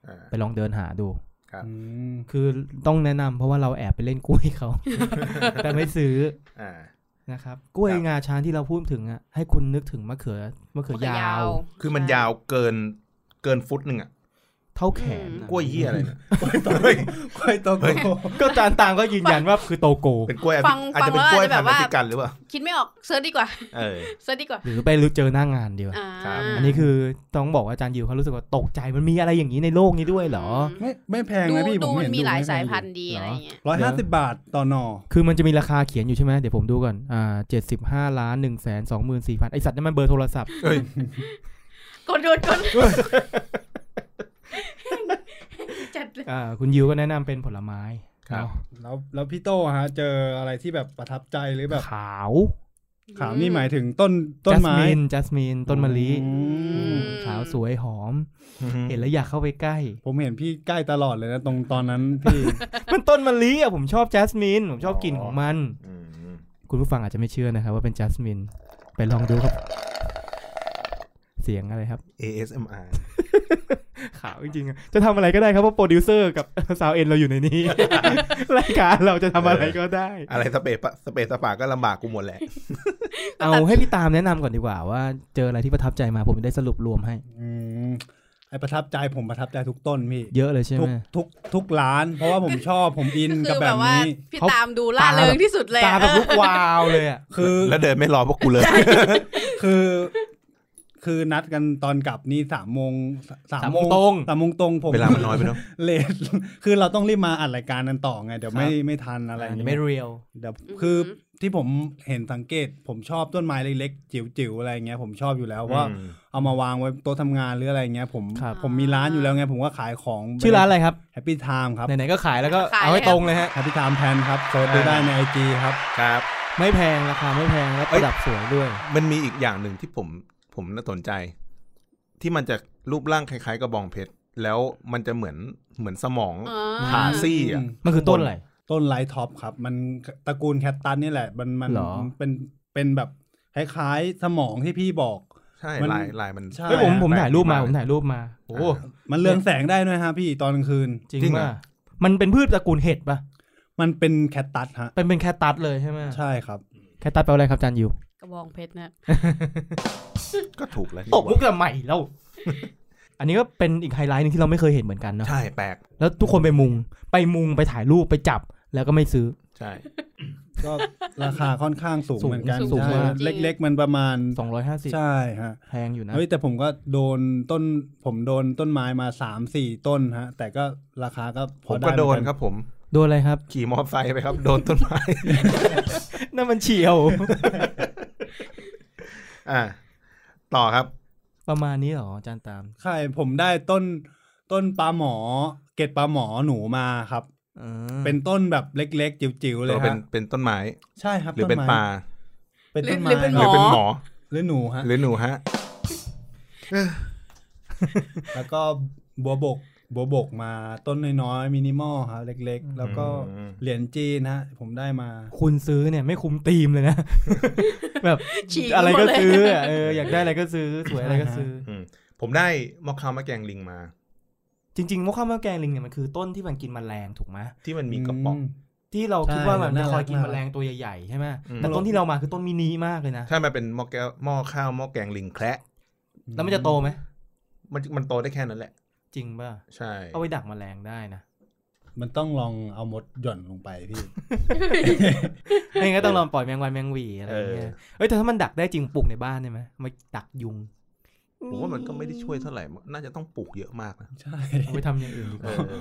Speaker 4: อ่า
Speaker 3: ไปลองเดินหาดู
Speaker 4: ครับ
Speaker 2: อืม
Speaker 3: คือต้องแนะนำเพราะว่าเราแอบไปเล่นกล้วยเขา [LAUGHS] แต่ไม่ซื้อ
Speaker 4: อ่า
Speaker 3: นะครับ กล้วย
Speaker 4: ครับ
Speaker 3: งาช้างที่เราพูดถึงอ่ะให้คุณนึกถึงมะเขือมะเขือยาว
Speaker 4: คือมันยาวเกินเกินฟุตหนึ่งอ่ะ
Speaker 3: เท่าแขน
Speaker 5: อืม
Speaker 3: น่ะ
Speaker 4: กล้วยเหี้ยอะไรเนี่ย
Speaker 2: กล้วยโตโก
Speaker 3: ก็จานต่างก็ยืนยันว่าคือโตโก
Speaker 4: เป็นกล้วย
Speaker 5: ฟัง
Speaker 4: อาจจะ
Speaker 5: ฟังแล้วอาจจะ
Speaker 4: เป็นกล้วย
Speaker 5: แบ
Speaker 4: พัน
Speaker 5: บ
Speaker 4: ธุ์แอ
Speaker 5: ว่า
Speaker 4: ฟริกันหรือเปล่า
Speaker 5: คิดไม่ออกเซิร์ชดีกว่า
Speaker 4: เออ
Speaker 5: เซิร์ชดีกว่า
Speaker 3: หรือไปรู้เจอหน้างานดีกว่า
Speaker 5: อ่า
Speaker 4: ครับ
Speaker 3: อันนี้คือต้องบอกว่าอาจารย์ยิวเขารู้สึกว่าตกใจมันมีอะไรอย่างนี้ในโลกนี้ด้วยเหรอ
Speaker 2: ไม่ไม่แพง
Speaker 5: ดู
Speaker 2: นะพี่ผ
Speaker 5: ดู
Speaker 2: ม
Speaker 5: มั
Speaker 2: เห็น
Speaker 5: นมีหลายสายพัน
Speaker 2: ธุ์
Speaker 5: ธุ์ดี
Speaker 3: เหรออ
Speaker 5: อะไรเงี้ย
Speaker 2: ร้อยห้าสิบบาทต่อหนอ
Speaker 3: คือมันจะมีราคาเขียนอยู่ใช่ไหมเดี๋ยวผมดูก่อนอ่าเจ็ดสิบห้าล้านหนึ่งแสนสองหมื่นสี่พันไอสัตว์นั่นมันเบอร์โทรศัพท์
Speaker 4: เอ้ย
Speaker 5: กดกดกดจัดเลย
Speaker 3: อ่าคุณยิวก็แนะนำเป็นผลไม้
Speaker 4: ครับ
Speaker 3: เนาะ
Speaker 2: แล้วแล้วพี่โตฮะ เจออะไรที่แบบประทับใจหรือแบบ
Speaker 3: ขาว
Speaker 2: ขาวนี่หมายถึงต้นต้น
Speaker 3: จัส
Speaker 2: ไม้
Speaker 3: มินจัสมินต้นมะลิ
Speaker 2: อื
Speaker 5: อื
Speaker 2: ม
Speaker 5: ม
Speaker 3: ขาวสวยหอม เห็นแล้วอยากเข้าไปใกล้
Speaker 2: ผมเห็นพี่ใกล้ตลอดเลยนะ ตรงตอนนั้นพี่
Speaker 3: [LAUGHS] มันต้นมะลิอ่ะผมชอบจัสมินผมชอบกลิ่นของมัน
Speaker 4: อืม
Speaker 3: คุณผู้ฟังอาจจะไม่เชื่อนะครับว่าเป็นจัสมินไปลองดูครับ เสียงอะไรครับ
Speaker 4: ASMR
Speaker 3: ขาวจริงๆอะจะทำอะไรก็ได้ครับเพราะโปรดิวเซอร์กับ [LAUGHS] สาวเอ็นเราอยู่ในนี้ [LAUGHS] รายการเราจะทำอะไรก็ได้
Speaker 4: อะไรสเปซปะสเปซสปาก็ลำบากกูหมดแหละ
Speaker 3: เอาให้พี่ตามแนะนำก่อนดีกว่าว่าเจออะไรที่ประทับใจมาผมจะได้สรุปรวมให้
Speaker 2: อืมไอประทับใจผมประทับใจทุกต้นพี่
Speaker 3: เยอะเลยใช่
Speaker 2: ทุก
Speaker 3: ไหม
Speaker 2: ทุกทุกร้าน เพราะว่าผมชอบผมอิน
Speaker 5: คื
Speaker 2: กับ
Speaker 5: อ
Speaker 2: แบ
Speaker 5: แบบบว่า
Speaker 2: นี้
Speaker 5: พี่
Speaker 3: เขา
Speaker 5: ตามดูล่า
Speaker 3: ตา
Speaker 5: เริงที่สุดเลย
Speaker 3: ตา
Speaker 5: อะ
Speaker 3: แบบลูกวาวเลยอ่ะ
Speaker 2: คือ
Speaker 4: แล้วเดินไม่รอพวกกูเลย
Speaker 2: คือ คือนัดกันตอนกลับนี่สามโมงสามโมง
Speaker 3: สามโมงตรง
Speaker 2: สามโมงตรงผม
Speaker 4: เวลามันน้อยไปเนาะ
Speaker 2: เลทคือเราต้องรีบมาอัดรายการกันต่อไงเดี๋ยวไม่ไม่ทันอะไรอย่างเงี้ย
Speaker 3: ไม่เรียล
Speaker 2: เดี๋ยวคือที่ผมเห็นสังเกต ผมชอบต้นไม้เล็กๆ จิ๋วๆอะไรเงี้ยผมชอบอยู่แล้วว่า
Speaker 4: อืม
Speaker 2: เอามาวางไว้โต๊ะทำงานหรืออะไรเงี้ย ผม
Speaker 3: ครับ
Speaker 2: ผมมีร้านอยู่แล้วไง ผมก็ขายของ
Speaker 3: ชื่อร้านอะไรครับ
Speaker 2: แฮปปี้ไทม์ครับ
Speaker 3: ไหนๆก็ขายแล้วก็
Speaker 5: ขย
Speaker 3: เอาให้ตรงเลยฮะ
Speaker 2: แฮปปี้ไทม์แพนครับเซิร์ชดูได้ในไอจีครับ
Speaker 4: ครับ
Speaker 3: ไม่แพงราคาไม่แพงแล้วประดับสวยด้วย
Speaker 4: มันมีอีกอย่างหนึ่งที่ผมผมน่าสนใจ ที่มันจะรูปร่างคล้ายๆกระบองเพชร แล้วมันจะเหมือนเหมือนสมอง
Speaker 5: อ่
Speaker 4: ผ่าซี่อ่ะ
Speaker 2: อืม
Speaker 3: มันคือต้นอะไร
Speaker 2: ต้นไลท์ท็อปครับ มันตระกูลแคตตันนี่แหละ มันมัน
Speaker 3: เหรอ
Speaker 2: เป็นเป็นแบบคล้ายๆสมองที่พี่บอก
Speaker 4: ใช่
Speaker 2: มัน
Speaker 4: ลายลายมัน
Speaker 2: ใช่
Speaker 3: เฮ้ยผมผม
Speaker 4: แปลก
Speaker 3: ถ่ายรูปมา
Speaker 4: ดีก
Speaker 3: ผมถ่ายรูปมาโอ้
Speaker 4: า
Speaker 2: มันเรืองแสงได้ด้วยฮะพี่ตอนกลางคืน
Speaker 3: จริง
Speaker 4: จริงเหรอ
Speaker 3: ว่ามันเป็นพืชตระกูลเห็ดปะ
Speaker 2: มันเป็นแคตตัสฮะ
Speaker 3: เป็นเป็นแคตตัสเลยใช่ไหม
Speaker 2: ใช่ครับ
Speaker 3: แคตตัสแปลว่าอะไรครับอาจารย์ยู
Speaker 5: กระบองเพชรนะ
Speaker 4: ก็ถูกแล้วนี่
Speaker 3: ตกมุกละใหม่แล้ว [LAUGHS] อันนี้ก็เป็นอีกไฮไลท์หนึงที่เราไม่เคยเห็นเหมือนกันเนาะ
Speaker 4: ใช่แปลก
Speaker 3: แล้วทุกคนไปมุงไปมุงไปถ่ายรูปไปจับแล้วก็ไม่ซื้อ
Speaker 4: ใช่
Speaker 2: ก็ราคาค่อนข้างสูง
Speaker 3: สูง
Speaker 2: เหมือนกัน
Speaker 3: สูง
Speaker 2: ใช่
Speaker 3: มาก
Speaker 2: เล็ก ๆ มันประมาณ
Speaker 3: 250
Speaker 2: ใช่ฮะ
Speaker 3: แพงอยู่นะ
Speaker 2: เฮ้ยแต่ผมก็โดนต้น ผมโดนต้นไม้มาสามสี่ต้นฮะ แต่ก็ราคาก็พ
Speaker 4: ผ
Speaker 2: อ
Speaker 4: ม
Speaker 2: ได้
Speaker 4: ก็โดน
Speaker 2: เหมือ
Speaker 4: ครับผม
Speaker 3: โดนอะไรครับ
Speaker 4: ขี่มอเตอร์ไซค์ไปครับ โดนต้นไม้
Speaker 3: นั่นมันเฉียว
Speaker 4: อ่า ต่อครับ
Speaker 3: [LAUGHS] ประมาณนี้เหรออาจารย์ตาม
Speaker 2: ใช่ผมได้ต้นต้นปลาหมอ เกล็ดปลาหมอหนูมาครับ
Speaker 3: เออ
Speaker 2: เป็นต้นแบบเล็กๆ จิ๋วๆ เล
Speaker 4: ตั
Speaker 2: ยว
Speaker 4: เป็น
Speaker 2: ฮะ
Speaker 4: เป็นต้นไม้
Speaker 2: ใช่ครับ
Speaker 4: หรือเป็น
Speaker 2: ต้ไม้
Speaker 4: ปลา
Speaker 2: เป็นต้นไม้
Speaker 5: หรือเป็นหม
Speaker 4: หรือ
Speaker 2: หรือ
Speaker 5: อ
Speaker 4: เป็นหมอ
Speaker 2: หนูฮะ
Speaker 4: หรือหนูฮะ
Speaker 2: แล้วก็บัวบกบัวบกมาต้นน้อยๆมินิมอลครับเล็กๆ แล้วก็
Speaker 4: อืม
Speaker 2: เหรียญจีนฮะผมได้มา
Speaker 3: คุณซื้อเนี่ยไม่คุมธีมเลยนะ [LAUGHS] แบบ
Speaker 5: ฉีก
Speaker 3: อะไร
Speaker 5: หม
Speaker 3: ก็
Speaker 5: ดเลย
Speaker 3: ซื้ออ่ะเอออยากได้อะไรก็ซื้อสวยอะไรก็ซื้อ
Speaker 4: อืมผมได้มอคคาวมะแกงลิงมา
Speaker 3: จริงๆมะข้าวมะแกงลิงเนี่ยมันคือต้นที่มันกินแมลงถูกไหม
Speaker 4: ที่มันมีกระป๋อง
Speaker 3: ที่เราคิด
Speaker 2: ใช่
Speaker 3: ว่ามัน
Speaker 2: น่ารัก
Speaker 3: คอยกิน
Speaker 2: น่ารั
Speaker 3: แม
Speaker 2: ก
Speaker 3: ลงตัวใหญ่ๆใช่ไหม
Speaker 4: อืม
Speaker 3: แต่ต้นที่เรามาคือต้นมินิมากเลยนะ
Speaker 4: ถ้ามันเป็นหม้อแก้วหม้อข้าวหม้อแกงลิงแคระ
Speaker 3: แล้วมันจะโตไหม
Speaker 4: มันมันโตได้แค่นั้นแหละ
Speaker 3: จริงป่ะ
Speaker 4: ใช่
Speaker 3: เอาไปดักแมลงได้นะ
Speaker 2: มันต้องลองเอามดหย่อนลงไปพี่
Speaker 3: ไม่งั้นก็ต้องลองปล่อยแมงวันแมงหวีอะไร
Speaker 4: เอ
Speaker 3: อย่าง
Speaker 4: อ
Speaker 3: เงี้ยเอ้ยแต่ถ้ามันดักได้จริงปลูกในบ้านได้ไหมมาดักยุง
Speaker 4: ผมว่ามันก็ไม่ได้ช่วยเท่าไหร่ น่าจะต้องปลูกเยอะมากนะ
Speaker 2: ใช่
Speaker 3: เอาไปทำอย่างอื่นดีก
Speaker 4: เอ
Speaker 3: ว่า
Speaker 4: อ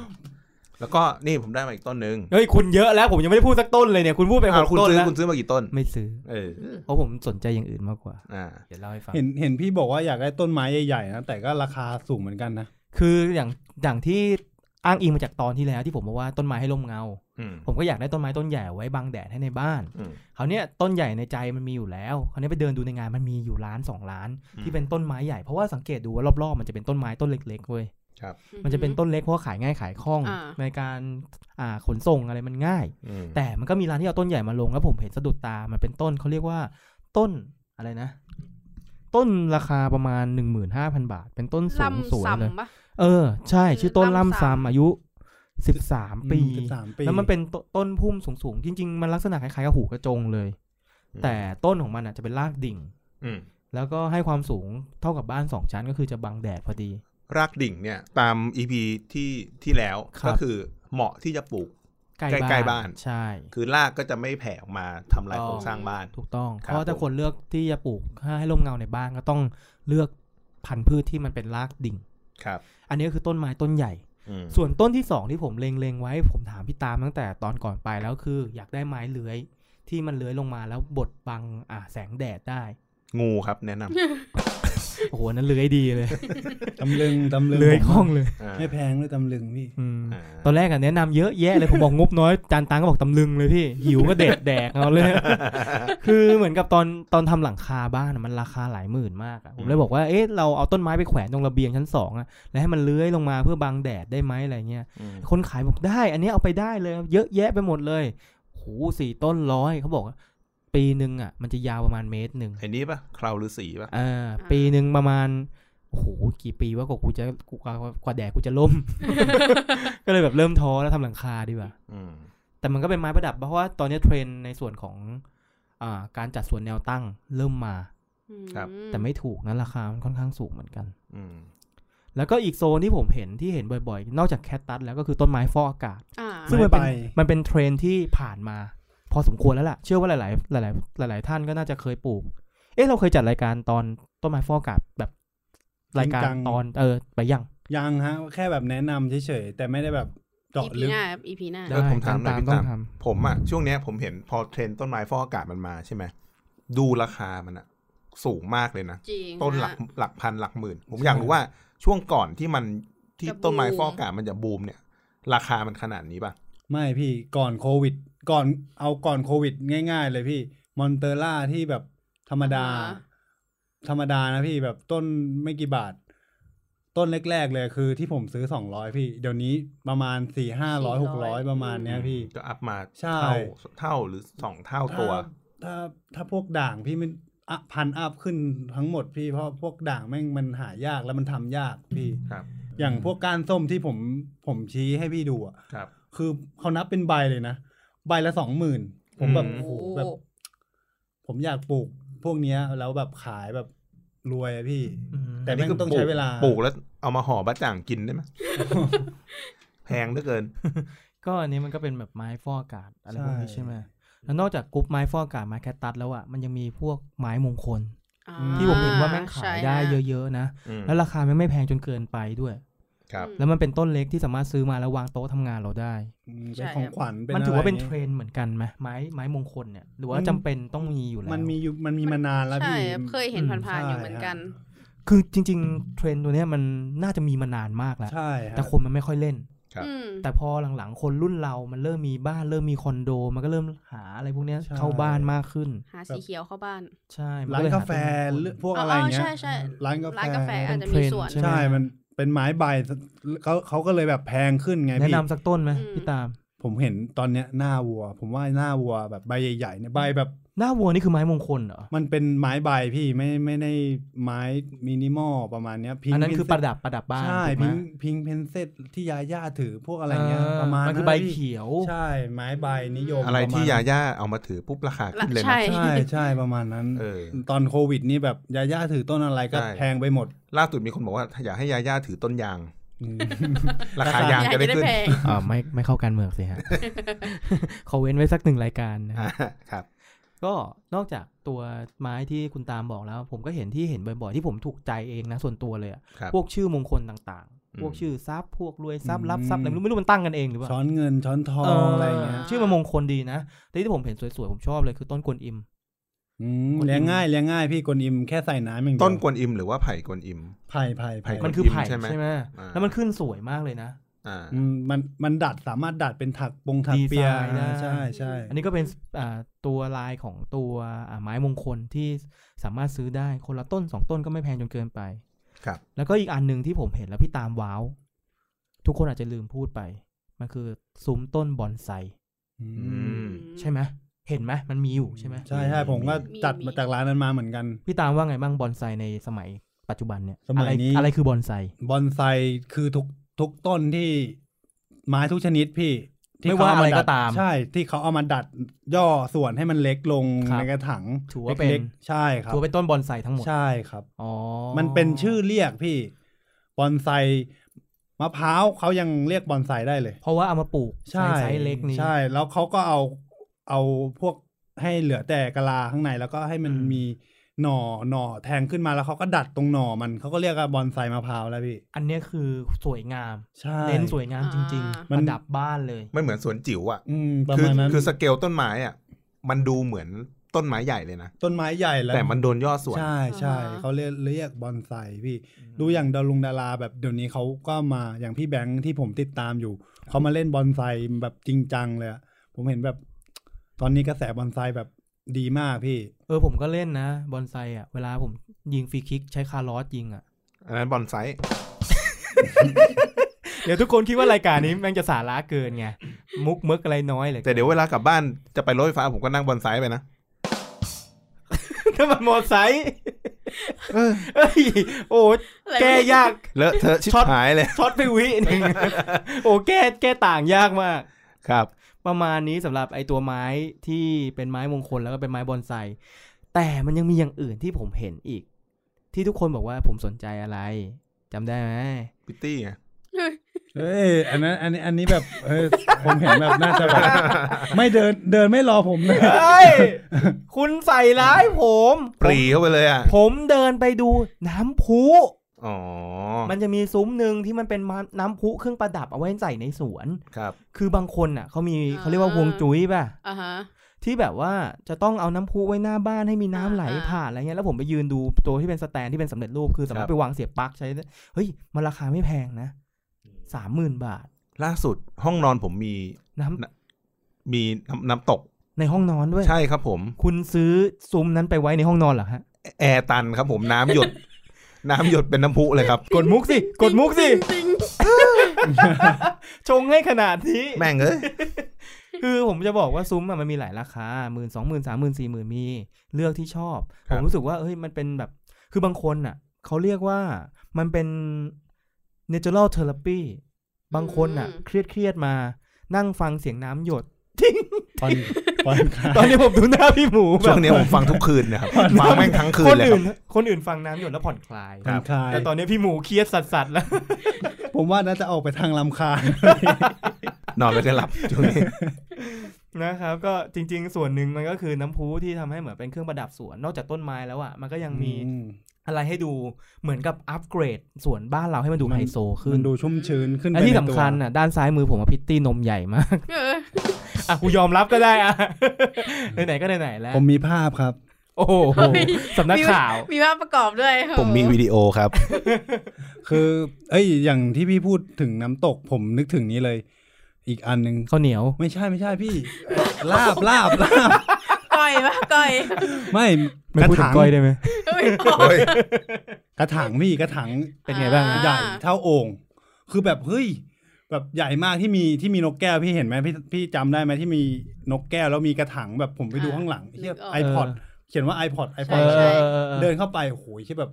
Speaker 4: แล้วก็นี่ผมได้มาอีกต้นหนึ่ง
Speaker 3: เฮ้ยคุณเยอะแล้วผมยังไม่ได้พูดสักต้นเลยเนี่ยคุณพูดไปห
Speaker 4: อ้าว
Speaker 3: ก
Speaker 4: คุณ
Speaker 3: ต้น
Speaker 4: ซื้อ
Speaker 3: แล้ว
Speaker 4: คุณซื้อมากี่ต้น
Speaker 3: ไม่ซื้อ
Speaker 4: เออ
Speaker 3: เพราะผมสนใจอย่างอื่นมากกว่า
Speaker 4: อ่า
Speaker 3: เดี๋ยวเล่าให้ฟัง
Speaker 2: เห็นเห็นพี่บอกว่าอยากได้ต้นไม้ใหญ่ๆนะแต่ก็ราคาสูงเหมือนกันนะ
Speaker 3: คืออย่างอย่างที่อ้างอิงมาจากตอนที่แล้วที่ผมบอกว่าต้นไม้ให้ร่มเงา
Speaker 4: อืม
Speaker 3: ผมก็อยากได้ต้นไม้ต้นใหญ่ไว้บังแดดให้ในบ้าน
Speaker 4: อืม
Speaker 3: คราวเนี้ยต้นใหญ่ในใจมันมีอยู่แล้วคราวเนี้ยไปเดินดูในงานมันมีอยู่ล้านสองล้าน
Speaker 4: อืม
Speaker 3: ที่เป็นต้นไม้ใหญ่เพราะว่าสังเกตดูว่ารอบๆมันจะเป็นต้นไม้ต้นเล็กๆเว้ย
Speaker 4: ครับ
Speaker 5: อือหือ
Speaker 3: มันจะเป็นต้นเล็กเพราะว่าขายง่ายขายคล่อง
Speaker 5: อ่า
Speaker 3: ในการอ่าขนส่งอะไรมันง่าย
Speaker 4: อืม
Speaker 3: แต่มันก็มีร้านที่เอาต้นใหญ่มาลงแล้วผมเห็นสะดุดตา มันเป็นต้นเขาเรียกว่า ต้นอะไรนะ ต้นราคาประมาณหนึ่งหมื่นห้าพันบาท เป็นต้นสูง
Speaker 5: ลำ
Speaker 3: สวยเลย
Speaker 5: ซ้ำปะ
Speaker 3: เออ ใช่ ชื่อต้น
Speaker 5: ลำ
Speaker 3: ล่ำ
Speaker 5: ซ้ำ
Speaker 3: ซ้ำอายุสิบสามปี
Speaker 2: สิบสามปี
Speaker 3: แล้วมันเป็นตต้นพุ่มสูงๆ จริง ๆ มันลักษณะคล้ายๆกับหูกระจงเลย แต่ต้นของมันอ่ะจะเป็นรากดิ่ง
Speaker 4: อืม
Speaker 3: แล้วก็ให้ความสูงเท่ากับบ้านสองชั้นก็คือจะบังแดดพอดี
Speaker 4: รากดิ่งเนี่ย ตามอีพีที่ที่แล้ว
Speaker 3: ครับ
Speaker 4: ก็คือเหมาะที่จะปลูก
Speaker 3: ใกล้
Speaker 4: ใกล้ๆบ้าน
Speaker 3: ใช่
Speaker 4: คือรากก็จะไม่แผ่ออกมาทำลายโครงสร้างบ้าน
Speaker 3: ถูกต้อง
Speaker 4: ค
Speaker 3: เพ
Speaker 4: รับ
Speaker 3: ราะถ้าคนเลือกที่จะปลูกให้ร่มเงาในบ้านก็ต้องเลือกพันธุ์พืชที่มันเป็นรากดิ่ง
Speaker 4: ครับ
Speaker 3: อันนี้ก็คือต้นไม้ต้นใหญ่
Speaker 4: อืม
Speaker 3: ส่วนต้นที่สองที่ผมเล็งๆไว้ ผมถามพี่ตามตั้งแต่ตอนก่อนไปแล้วคือ อยากได้ไม้เลื้อย ที่มันเลื้อยลงมาแล้วบดบังอ่าแสงแดดได้
Speaker 4: งูครับแนะนำ
Speaker 3: โอ้โหอันนั้นเลื้อยดีเลย
Speaker 2: ตำลึงตำลึง
Speaker 3: เลื้อยคล่องเลย
Speaker 4: อ่า
Speaker 2: ไม่แพงด้วยตำลึงพี่
Speaker 3: อืม
Speaker 4: อ่า
Speaker 3: ตอนแรกอะแนะนำเยอะแยะเลย [LAUGHS] ผมบอกงบน้อยจานตังก็บอกตำลึงเลยพี่หิวก็เด็ดแดกเอาเลย [LAUGHS] คือเหมือนกับตอนตอนทำหลังคาบ้านอะมันราคาหลายหมื่นมากอะผมเล
Speaker 4: อื
Speaker 3: ย
Speaker 4: ม
Speaker 3: บอกว่าเอ๊ะเราเอาต้นไม้ไปแขวนตรงระเบียงชั้นสองอะแล้วให้มันเลื้อยลงมาเพื่อบังแดดได้ไหมอะไรเงี้ย
Speaker 4: อืม
Speaker 3: คนขายบอกได้ อันนี้เอาไปได้เลยครับเยอะแยะไปหมดเลยโหสี่ต้นร้อยเขาบอกว่าปีหนึ่งอะมันจะยาวประมาณเมตรหนึ่ง
Speaker 4: ไอ้นี้ปะคราวฤาษีปะ
Speaker 3: เออปีหนึ่งประมาณโอ้โหกี่ปีว่ากว่ากูจะกว่ากว่าแดดกูจะล่ม ก็เลยแบบเริ่มท้อแล้วทำหลังคาดีกว่า
Speaker 4: อืม
Speaker 3: แต่มันก็เป็นไม้ประดับเพราะว่าตอนนี้เทรนด์ในส่วนของอ่าการจัดสวนแนวตั้งเริ่มมา
Speaker 5: อื
Speaker 3: แต่ไม่ถูกนะราคามันค่อนข้างสูงเหมือนกัน
Speaker 4: อืม
Speaker 3: แล้วก็อีกโซนที่ผมเห็นที่เห็นบ่อยๆ นอกจากแคทตัสแล้วก็คือต้นไม้ฟอกอากาศ
Speaker 5: อ่า
Speaker 3: ซึ่งมันเป็น
Speaker 2: ไม้ใบ
Speaker 3: มันเป็นเทรนด์ที่ผ่านมา พอสมควรแล้วล่ะ เชื่อว่าหลายๆหลายๆหลาย ๆ ท่านก็น่าจะเคยปลูก เอ๊ะเราเคยจัดรายการตอนต้นไม้ฟอกอากาศแบบรายการ
Speaker 2: จริงจัง
Speaker 3: ตอนเออไปยัง
Speaker 2: ยังฮะ แค่แบบแนะนำเฉยๆ แต่ไม่ได้แบบเจาะ
Speaker 5: อีพี
Speaker 2: ลึก
Speaker 5: หน้าครับอีพีหน้า
Speaker 3: ได้
Speaker 4: เออผมถามหน่อยพี่
Speaker 3: ต้อ
Speaker 4: ตั้
Speaker 3: ง
Speaker 4: ม
Speaker 3: ทำ
Speaker 4: ผมอะช่วงเนี้ยผมเห็นพอเทรนด์ต้นไม้ฟอกอากาศมันมาใช่ไหมดูราคามันอะสูงมากเลยนะ
Speaker 5: จริง
Speaker 4: ต้นหลัก
Speaker 5: ฮะ
Speaker 4: หลักพันหลักหมื่น ผมอยากรู้ว่าช่วงก่อนที่มันที่
Speaker 5: จะบูม
Speaker 4: ต้นไม้ฟอกอากาศมันจะบูมเนี่ย ราคามันขนาดนี้ป่ะ
Speaker 2: ไม่พี่ก่อนโควิด ก่อนเอาก่อนโควิดง่ายๆเลยพี่ มอนเตอร่าที่แบบธรรมดา
Speaker 5: อ่าฮะ
Speaker 2: ธรรมดานะพี่แบบต้นไม่กี่บาท ต้นแรกๆเลยคือที่ผมซื้อสองร้อยพี่ เดี๋ยวนี้ประมาณสี่ห้าร้อยหกร้อยประมาณเนี้ยพี่
Speaker 4: ก็อัพมา
Speaker 2: ใช่
Speaker 4: เท่าเท่าหรือสองเท่าตัว
Speaker 2: ถ้าถ้าพวกด่างพี่มันอะพันอัพขึ้นทั้งหมดพี่เพราะพวกด่างแม่งมันหายากแล้วมันทำยากพี่
Speaker 4: ครับ
Speaker 2: อย่างพวกก้านส้มที่ผมผมชี้ให้พี่ดูอะ
Speaker 4: ครับ
Speaker 2: คือเขานับเป็นใบเลยนะ ใบละสองหมื่นผมแบบ
Speaker 4: อืม
Speaker 2: โอ้โห
Speaker 5: โอ้
Speaker 2: แบบ ผมอยากปลูก พวกเนี้ยแล้วแบบขายแบบรวยอะพี่
Speaker 3: อืม
Speaker 2: แต่แม่งต้อง
Speaker 4: ปลูก
Speaker 2: ใช้เวลา
Speaker 4: ปลูกแล้วเอามาห่อบะจ่างกิน
Speaker 2: [LAUGHS]
Speaker 4: ได้ไหม แพงเหลือเกิน
Speaker 3: ก็อันนี้มันก็เป็นแบบไม้ฟอกอากาศอะไรพวกนี้
Speaker 2: ใช่
Speaker 3: ใช่ไหมแล้วนอกจากกรุ๊ปไม้ฟอกอากาศไม้แคตตัสแล้วอ่ะมันยังมีพวกไม้มงคล
Speaker 5: อ่า
Speaker 3: ที่ผมเห็นว่าแม่งขายได้
Speaker 5: ใช่ฮ
Speaker 3: เยอะๆนะ
Speaker 4: อืม
Speaker 3: แล้วราคาแม่งไม่แพงจนเกินไปด้วย
Speaker 4: ครับ
Speaker 5: อืม
Speaker 3: แล้วมันเป็นต้นเล็กที่สามารถซื้อมาแล้ววางโต๊ะทำงานเราได้
Speaker 5: ใช่
Speaker 2: เป็นของขวัญเป็น
Speaker 3: มันถือว่าเป็น
Speaker 2: อะ
Speaker 3: เท
Speaker 2: ไร
Speaker 3: ร
Speaker 2: งี้ย
Speaker 3: นด์เหมือนกันไหมไม้ไม้มงคลเนี่ยหรือว่า
Speaker 2: มัน
Speaker 3: จำเป็นต้องมีอยู่แล้ว
Speaker 2: มันมีอยู่มันมีมานานแล้ว
Speaker 5: ใช่
Speaker 2: พี่
Speaker 5: ครับเคยเห็น
Speaker 3: อืม
Speaker 5: ผ่านๆอยู่เหมือน
Speaker 2: ใช่
Speaker 5: กัน
Speaker 3: คือจริง ๆ เทรนด์ตัวเนี้ยมันน่าจะมีมานานมากแล้ว
Speaker 2: ใช่ฮะ
Speaker 3: แต่คนมันไม่ค่อยเล่น
Speaker 4: ครับ
Speaker 5: อืม
Speaker 3: แต่พอหลังๆ คนรุ่นเรา มันเริ่มมีบ้านเริ่มมีคอนโด มันก็เริ่มหาอะไรพวกเนี้ยเข้าบ้านมากขึ้น
Speaker 5: หาสีเขียวเข้าบ้าน
Speaker 3: ใช่มั
Speaker 2: ร้าน
Speaker 3: เลยห
Speaker 2: กาแฟ
Speaker 3: ต้นมงคล
Speaker 2: หรือพวกอะไรเงี้ย
Speaker 5: ใช่ใช่
Speaker 2: ร้านกาแฟ
Speaker 5: ร้านกาแฟอาจจะ
Speaker 3: เป็นเทร
Speaker 5: มี
Speaker 3: นด์
Speaker 5: ส่วน
Speaker 3: ใช่ไห
Speaker 2: ใช่มันเป็นไม้ใบเขาเขาก็เลยแบบแพงขึ้นไง
Speaker 3: แนะ
Speaker 2: พี่
Speaker 3: นำสักต้นไหม
Speaker 5: อืม
Speaker 3: พี่ตาม
Speaker 2: ผมเห็นตอนเนี้ยหน้าวัว ผมว่าหน้าวัวแบบใบใหญ่ๆเนี่ยใบแบบ
Speaker 3: หน้าวัวนี่คือไม้มงคลเหรอ
Speaker 2: มันเป็นไม้ใบพี่ไม่ไม่ได้ไม้มินิมอลประมาณเนี้ย Pink
Speaker 3: อันนั้นคือ
Speaker 2: Princess
Speaker 3: ประดับประดับบ้าน
Speaker 2: ใช่
Speaker 3: ถูกไหม
Speaker 2: พิงพิงเพนเซตที่ยาย่าถือพวกอะไรเงี้ย
Speaker 3: เ
Speaker 2: ประมาณ
Speaker 3: มันคือใบ
Speaker 2: นั้นนะพี่
Speaker 3: เขียว
Speaker 2: ใช่ไม้ใบนิยม
Speaker 4: อะไร
Speaker 2: ปมณ
Speaker 4: ที่ยาย่าเอามาถือปุ๊บราคาขึ้นเลย
Speaker 5: ใช่
Speaker 4: นะ
Speaker 2: ใช่ใช่ประมาณนั้น
Speaker 4: เออ
Speaker 2: ตอนโควิดนี่แบบยาย่าถือต้นอะไรก็
Speaker 4: ใช่
Speaker 2: แพงไป
Speaker 3: [LAUGHS]
Speaker 2: หมด
Speaker 4: ล่าสุดมีคนบอกว่าอยากให้ยาย่าถือต้นยาง
Speaker 2: อืม
Speaker 4: ราคายางจะได้ขึ้น
Speaker 5: แพง
Speaker 3: อ่าไม่ไม่เข้าการเมืองสิ
Speaker 5: [LAUGHS]
Speaker 3: ฮะ ขอเว้นไว้สักหนึ่งรายการนะ
Speaker 4: อ่าครับ
Speaker 3: ก็นอกจากตัวไม้ที่คุณตามบอกแล้ว ผมก็เห็นที่เห็นบ่อยๆที่ผมถูกใจเองนะส่วนตัวเลยอะ
Speaker 4: ครับ
Speaker 3: พวกชื่อมงคลต่าง
Speaker 4: อืม
Speaker 3: ๆ พวกชื่อทรัพย์พวกรวยทรัพย์รับ
Speaker 2: อืม
Speaker 3: ทรัพย์อะไรไม่รู้ไม่รู้มันตั้งกันเองหรือเปล่า
Speaker 2: ช้อนเงินช้อนทอ
Speaker 3: เองออ
Speaker 2: อะไรเงี้ย
Speaker 5: ย
Speaker 3: ชื่อมันมงคลดีนะแต่ที่ผมเห็นสวยๆผมชอบเลยคือต้นกวนอิม
Speaker 2: มเลี้ยงง่ายเลี้ยงง่ายพี่กวนอิมแค่ใส่น้ำอย่างเดียว
Speaker 4: ต้นกวนอิมหรือว่าไผ่กวนอิม
Speaker 2: ไผ่ไผ่ไผ่
Speaker 4: ไผ่ กวน
Speaker 3: มันคือไผ่
Speaker 4: อิมใช่ไหม
Speaker 3: ใช่ไหม
Speaker 4: อ่า
Speaker 3: แล้วมันขึ้นสวยมากเลยนะ
Speaker 4: อ่า
Speaker 2: อืมมันมันดัดสามารถดัดเป็นถักปงถักเปีย
Speaker 3: ดีไซน์ได้
Speaker 2: ใช่ใช่
Speaker 3: อันนี้ก็เป็นอ่าตัวลายของตัวอ่าไม้มงคลที่สามารถซื้อได้คนละต้นสองต้นก็ไม่แพงจนเกินไป
Speaker 4: ครับ
Speaker 3: แล้วก็อีกอันหนึ่งที่ผมเห็นแล้วพี่ตามว้าว ทุกคนอาจจะลืมพูดไป มันคือซุ้มต้นบอนไซ
Speaker 2: อืม
Speaker 4: ม
Speaker 3: ใช่ไหมเห็นไหมมันมีอยู่ใช่ไหม
Speaker 2: ใช่ใช่ผมก็จัดมาจากร้านนั้นมาเหมือนกัน
Speaker 3: พี่ตามว่าไงบ้างบอนไซในสมัยปัจจุบันเนี่ย
Speaker 2: สมั
Speaker 3: อะ
Speaker 2: ย
Speaker 3: ไร
Speaker 2: นี้
Speaker 3: อะไรคือบอนไซ
Speaker 2: บอนไซคือทุกทุกต้นที่ไม้ทุกชนิดพี่ที่
Speaker 3: ไม่
Speaker 2: เข
Speaker 3: ว่า
Speaker 2: เดั
Speaker 3: อะไร
Speaker 2: ด
Speaker 3: ก็ตาม
Speaker 2: ใช่ ที่เขาเอามาดัดย่อส่วนให้มันเล็กลง
Speaker 3: ครับ
Speaker 2: ในกระถาง
Speaker 3: ถือว่าเป็น
Speaker 2: ล็กๆใช่ครับ
Speaker 3: ถือเป็นต้นบอนไซทั้งหมด
Speaker 2: ใช่ครับ
Speaker 3: อ๋อ
Speaker 2: มันเป็นชื่อเรียกพี่บอนไซมะพร้าวเขายังเรียกบอนไซได้เลย
Speaker 3: เพราะว่าเอามาปลูก
Speaker 2: ใช่
Speaker 3: ไซส์เล็กนี้
Speaker 2: ใช่ แล้วเขาก็เอาเอาพวกให้เหลือแต่กะลาข้างในแล้วก็ให้มัน
Speaker 3: อืม
Speaker 2: มีหน่อหน่อแทงขึ้นมาแล้วเขาก็ดัดตรงหน่อมันเขาก็เรียกว่าบอนไซมะพร้าวแล้วพี่
Speaker 3: อันเนี้ยคือสวยงาม
Speaker 2: ใช่
Speaker 3: เน้นสวยงามจริงๆ
Speaker 5: อ่า
Speaker 2: มั
Speaker 3: ป
Speaker 2: น
Speaker 3: ระดับบ้านเลย
Speaker 4: มันเหมือนสวนจิ๋วอ่ะ
Speaker 2: อืมประ
Speaker 4: คือ
Speaker 2: มาณนั้น
Speaker 4: คือสเกลต้นไม้อ่ะมันดูเหมือนต้นไม้ใหญ่เลยนะ
Speaker 2: ต้นไม้ใหญ่แล้ว
Speaker 4: แต่มันโดนย่อส่วน
Speaker 2: ใช่ใช่
Speaker 5: อ่าฮะ
Speaker 2: เขาเรียกเรียกบอนไซพี่ ดูอย่างดารุงดาราแบบเดี๋ยวนี้เขาก็มาอย่างพี่แบงค์ที่ผมติดตามอยู่เขามาเล่นบอนไซแบบจริงจังเลยอะผมเห็นแบบ ตอนนี้กระแสบอนไซแบบดีมากพี่
Speaker 3: เออผมก็เล่นนะบอนไซอ่ะเวลาผมยิงฟรีคิกใช้คาร์ลอสยิงอ่ะ
Speaker 4: อันนั้นบอนไซต์
Speaker 3: เดี๋ยวทุกคนคิดว่ารายการนี้แม่งจะสาระเกินไง มุกมึกอะไรน้อยเหลย
Speaker 4: แต่เดี๋ยวเวลากลับบ้านจะไปรถไฟฟ้าผมก็นั่งบอนไซต์ไปนะ
Speaker 3: ถ้ามันมอไซค์เอ้ยโอ้แก้ยาก
Speaker 4: เลอะเทอะชิบ
Speaker 3: ช็อต
Speaker 4: หายเลย
Speaker 3: ช็อตไปวิหนึ่งโอ้แก้แก้ต่างยากมาก
Speaker 4: ครับ
Speaker 3: ประมาณนี้สำหรับไอตัวไม้ที่เป็นไม้มงคลแล้วก็เป็นไม้บอนไซแต่มันยังมีอย่างอื่นที่ผมเห็นอีก ที่ทุกคนบอกว่าผมสนใจอะไรจำได้ไหม
Speaker 4: พิตตี้ไง
Speaker 2: เอ้ยอันนั้นอันนี้อันนี้แบบเอ้ยผมเห็นแบบน่าจะแบบ [LAUGHS] ไม่เดินเดินไม่รอผมเลย
Speaker 3: เฮ้ยคุณใส่ร้ายผม
Speaker 4: ปรีเข้าไปเลยอ่ะ
Speaker 3: ผมเดินไปดูน้ำพุ
Speaker 4: อ๋อ
Speaker 3: มันจะมีซุ้มหนึ่งที่มันเป็นม้าน้ำพุเครื่องประดับเอาไว้ใส่ในสวน
Speaker 4: ครับ
Speaker 3: คือบางคนอ่ะเขามี
Speaker 5: อ่า
Speaker 3: เขาเรียกว่าฮวงจุ้ยป่ะ
Speaker 5: อ่าฮะ
Speaker 3: ที่แบบว่าจะต้องเอาน้ำพุไว้หน้าบ้านให้มีน้ำไหล
Speaker 5: อ่าอ่า
Speaker 3: ผ่านอะไรเงี้ยแล้วผมไปยืนดูตัวที่เป็นสแตนที่เป็นสำเร็จรูปคือสามาร
Speaker 4: ครั
Speaker 3: ถ
Speaker 4: บ
Speaker 3: ไปวางเสียบปลั๊กใช้ได้เฮ้ยมันราคาไม่แพงนะสามหมื่นบาท
Speaker 4: ล่าสุดห้องนอนผมมี
Speaker 3: น้ำ
Speaker 4: มีน้ำน้ำตก
Speaker 3: ในห้องนอนด้วย
Speaker 4: ใช่ครับผม
Speaker 3: คุณซื้อซุ้มนั้นไปไว้ในห้องนอนเหรอฮะ
Speaker 4: แอร์ตันครับผมน้ำหยด [LAUGHS] น้ำหยดเป็นน้ำพุเลยครับ
Speaker 3: กดมุกสิกดมุกสิ
Speaker 5: ติ๊งติ๊ง
Speaker 3: ชงให้ขนาดนี้
Speaker 4: [LAUGHS] แม่งเอ้ย
Speaker 3: คือผมจะบอกว่าซุ้มอะมันมีหลายราคาหมื่นสองหมื่นสามหมื่นสี่หมื่นมีเลือกที่ชอบ
Speaker 4: ค
Speaker 3: ผ
Speaker 4: รับ
Speaker 3: มรู้สึกว่าเอ้ยมันเป็นแบบ คือบางคนอ่ะเขาเรียกว่ามันเป็น natural therapy บางคนอ่ะ เครียดเครียดๆมา นั่งฟังเสียงน้ำหยด [LAUGHS]
Speaker 2: ตอนตอนคลาย
Speaker 3: ตอนนี้ผมดูหน้าพี่หมูแบ
Speaker 4: ช่ว
Speaker 3: บ
Speaker 4: งนี้ผมฟังทุกคืนนะครับ ฟังแม่งทั้งคื
Speaker 3: คน น
Speaker 4: เลยค
Speaker 3: อื่
Speaker 4: รับ
Speaker 3: น คนอื่นฟังน้ำหยดแล้วผ่อนคลาย
Speaker 2: ผ่ [LAUGHS] อนคลาย
Speaker 3: แต่ตอนนี้พี่หมูเครียดสัสๆแล้ว
Speaker 2: ผมว่าน่าจะออกไปทางลำคาญ
Speaker 4: นอนไม่ค่อยหลับ [LAUGHS] ช่วงนี้
Speaker 3: นะครับก็จริง ๆ ส่วนหนึ่งมันก็คือน้ำพุที่ทำให้เหมือนเป็นเครื่องประดับสวนนอกจากต้นไม้แล้วอ่ะมันก็ยังมี
Speaker 2: อื
Speaker 3: อะไรให้ดูเหมือนกับอัปเกรดสวนบ้านเราให้มันดูไฮโซขึ้
Speaker 2: มัน นดูชุ่มชื้นขึ้นไป
Speaker 3: และที่
Speaker 2: ใน
Speaker 3: สำ
Speaker 2: ตัว
Speaker 3: คัญอ่ะด้านซ้ายมือผมอะพิตตี้นมใหญ่มาก [LAUGHS]
Speaker 5: เออ
Speaker 3: อ่ะกูยอมรับก็ได้อ่ะ [LAUGHS] ไหนๆก็ไหนๆแล้ว
Speaker 2: ผมมีภาพครับ
Speaker 3: โอ้โหสำนักข่าว
Speaker 5: มีภาพประกอบด้วย
Speaker 4: ผมมีวิดีโอครับ
Speaker 2: คือ เอ้ย อย่างที่พี่พูดถึงน้ำตก ผมนึกถึงนี้เลย อีกอันหนึ่ง
Speaker 3: ข้าวเหนียว
Speaker 2: ไม่ใช่ไม่ใช่พี่ลาบลาบลาบ
Speaker 5: ก้อยปะก้อย
Speaker 2: ไม่
Speaker 3: ไม่
Speaker 2: กระ
Speaker 3: พูดถึ
Speaker 2: ถาง ง
Speaker 3: ก้อยได้ไหม
Speaker 5: ไม่พอก
Speaker 2: ระถางพี่กระถาง
Speaker 3: เป็นไงบ้างอะ
Speaker 2: ใหญ่เท่าโอ่งคือแบบเฮ้ย แบบใหญ่มากที่มีที่มีนกแก้วพี่เห็นไหมพี่พี่จำได้ไหมที่มีนกแก้วแล้วมีกระถางแบบผมไปดูข้างหลังเทียบไอพอดเขียนว่า iPod
Speaker 5: ใช่
Speaker 2: iPod
Speaker 5: ใช่
Speaker 2: เดินเข้าไปโอ้โหที่แบบ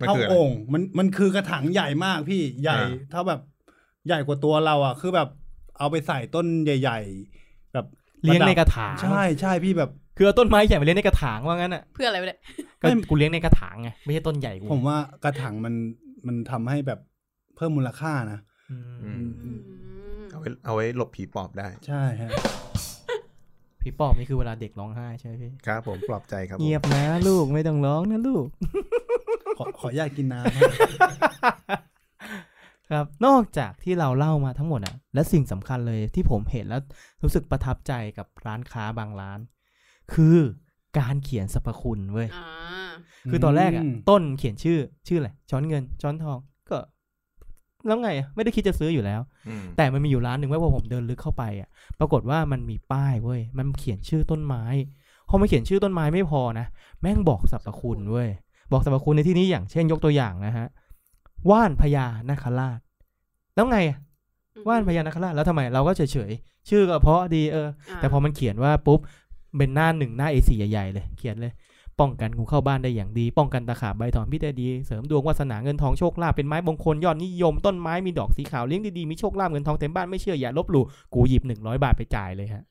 Speaker 4: มัน
Speaker 2: เท่า
Speaker 4: คืออะไร
Speaker 2: โอ่งมันมันคือกระถางใหญ่มากพี่ใหญ่
Speaker 4: อ่า
Speaker 2: เท่าแบบใหญ่กว่าตัวเราอ่ะ คือแบบเอาไปใส่ต้นใหญ่ ๆ แบบ
Speaker 3: เลี้ยงในก
Speaker 2: ปดับ
Speaker 3: ระถาง
Speaker 2: ใช่ใช่พี่แบบ
Speaker 3: คือเอาต้นไม้ใหญ่มาเลี้ยงในกระถางว่างั้นอ่ะ
Speaker 5: เพื่ออะไรไปเลย
Speaker 3: ก็
Speaker 2: ไม่
Speaker 3: กูเลี้ยงในกระถางไงไม่ใช่ต้นใหญ่กู
Speaker 2: ผมว่ากระถางมันมันทำให้แบบเพิ่มมูลค่านะ
Speaker 3: อื
Speaker 4: อื
Speaker 3: ม
Speaker 4: มเอาไว้เอาไว้หลบผีปอบได้
Speaker 2: ใช่ฮะ
Speaker 3: พี่ปอบนี่คือเวลาเด็กร้องไห้ใช่ไหมพี่
Speaker 4: ครับผมปลอบใจครับผม
Speaker 3: เงียบนะลูกไม่ต้องร้องนะลูก
Speaker 2: ขอขออนุญาตกินน้ำฮะ
Speaker 3: ครับนอกจากที่เราเล่ามาทั้งหมดอ่ะ และสิ่งสำคัญเลยที่ผมเห็นแล้วรู้สึกประทับใจกับร้านค้าบางร้าน คือการเขียนสรรพคุณเว้ย
Speaker 5: อ่า
Speaker 3: [LAUGHS] คือตอนแรกอ่ะ
Speaker 2: ม
Speaker 3: ต้นเขียนชื่อชื่ออะไรช้อนเงิน ช้อนทองก็แล้วไงอะไม่ได้คิดจะซื้ออยู่แล้ว
Speaker 4: อืม
Speaker 3: แต่มันมีอยู่ร้านหนึ่งเว้ยพอผมเดินลึกเข้าไปอ่ะ ปรากฏว่ามันมีป้ายเว้ยมันเขียนชื่อต้นไม้พอมันเขียนชื่อต้นไม้ไม่พอนะแม่งบอกสรรพคุณเว้ยบอกสรรพคุณในที่นี้อย่างเช่นยกตัวอย่างนะฮะว่านพญานาคราช แล้วไงอะ
Speaker 5: อืม
Speaker 3: ว่านพญานาคราชแล้วทำไมเราก็เฉยเฉยๆชื่อก็เพราะดีเออ
Speaker 5: า
Speaker 3: แต่พอมันเขียนว่าปุ๊บเป็นหน้าหนึ่งหน้า A4 ใหญ่ๆเลย เขียนเลย ป้องกันงูเข้าบ้านได้อย่างดี ป้องกันตะขาบใบถอนพิษได้ดี เสริมดวงวาสนาเงินทองโชคลาภเป็นไม้มงคลยอดนิยมต้นไม้มีดอกสีขาวเลี้ยงดีๆมีโชคลาภเงินทองเต็มบ้านไม่เชื่ออย่าลบหลู่กูหยิบหนึ่งร้อยบาทไปจ่ายเลยฮะ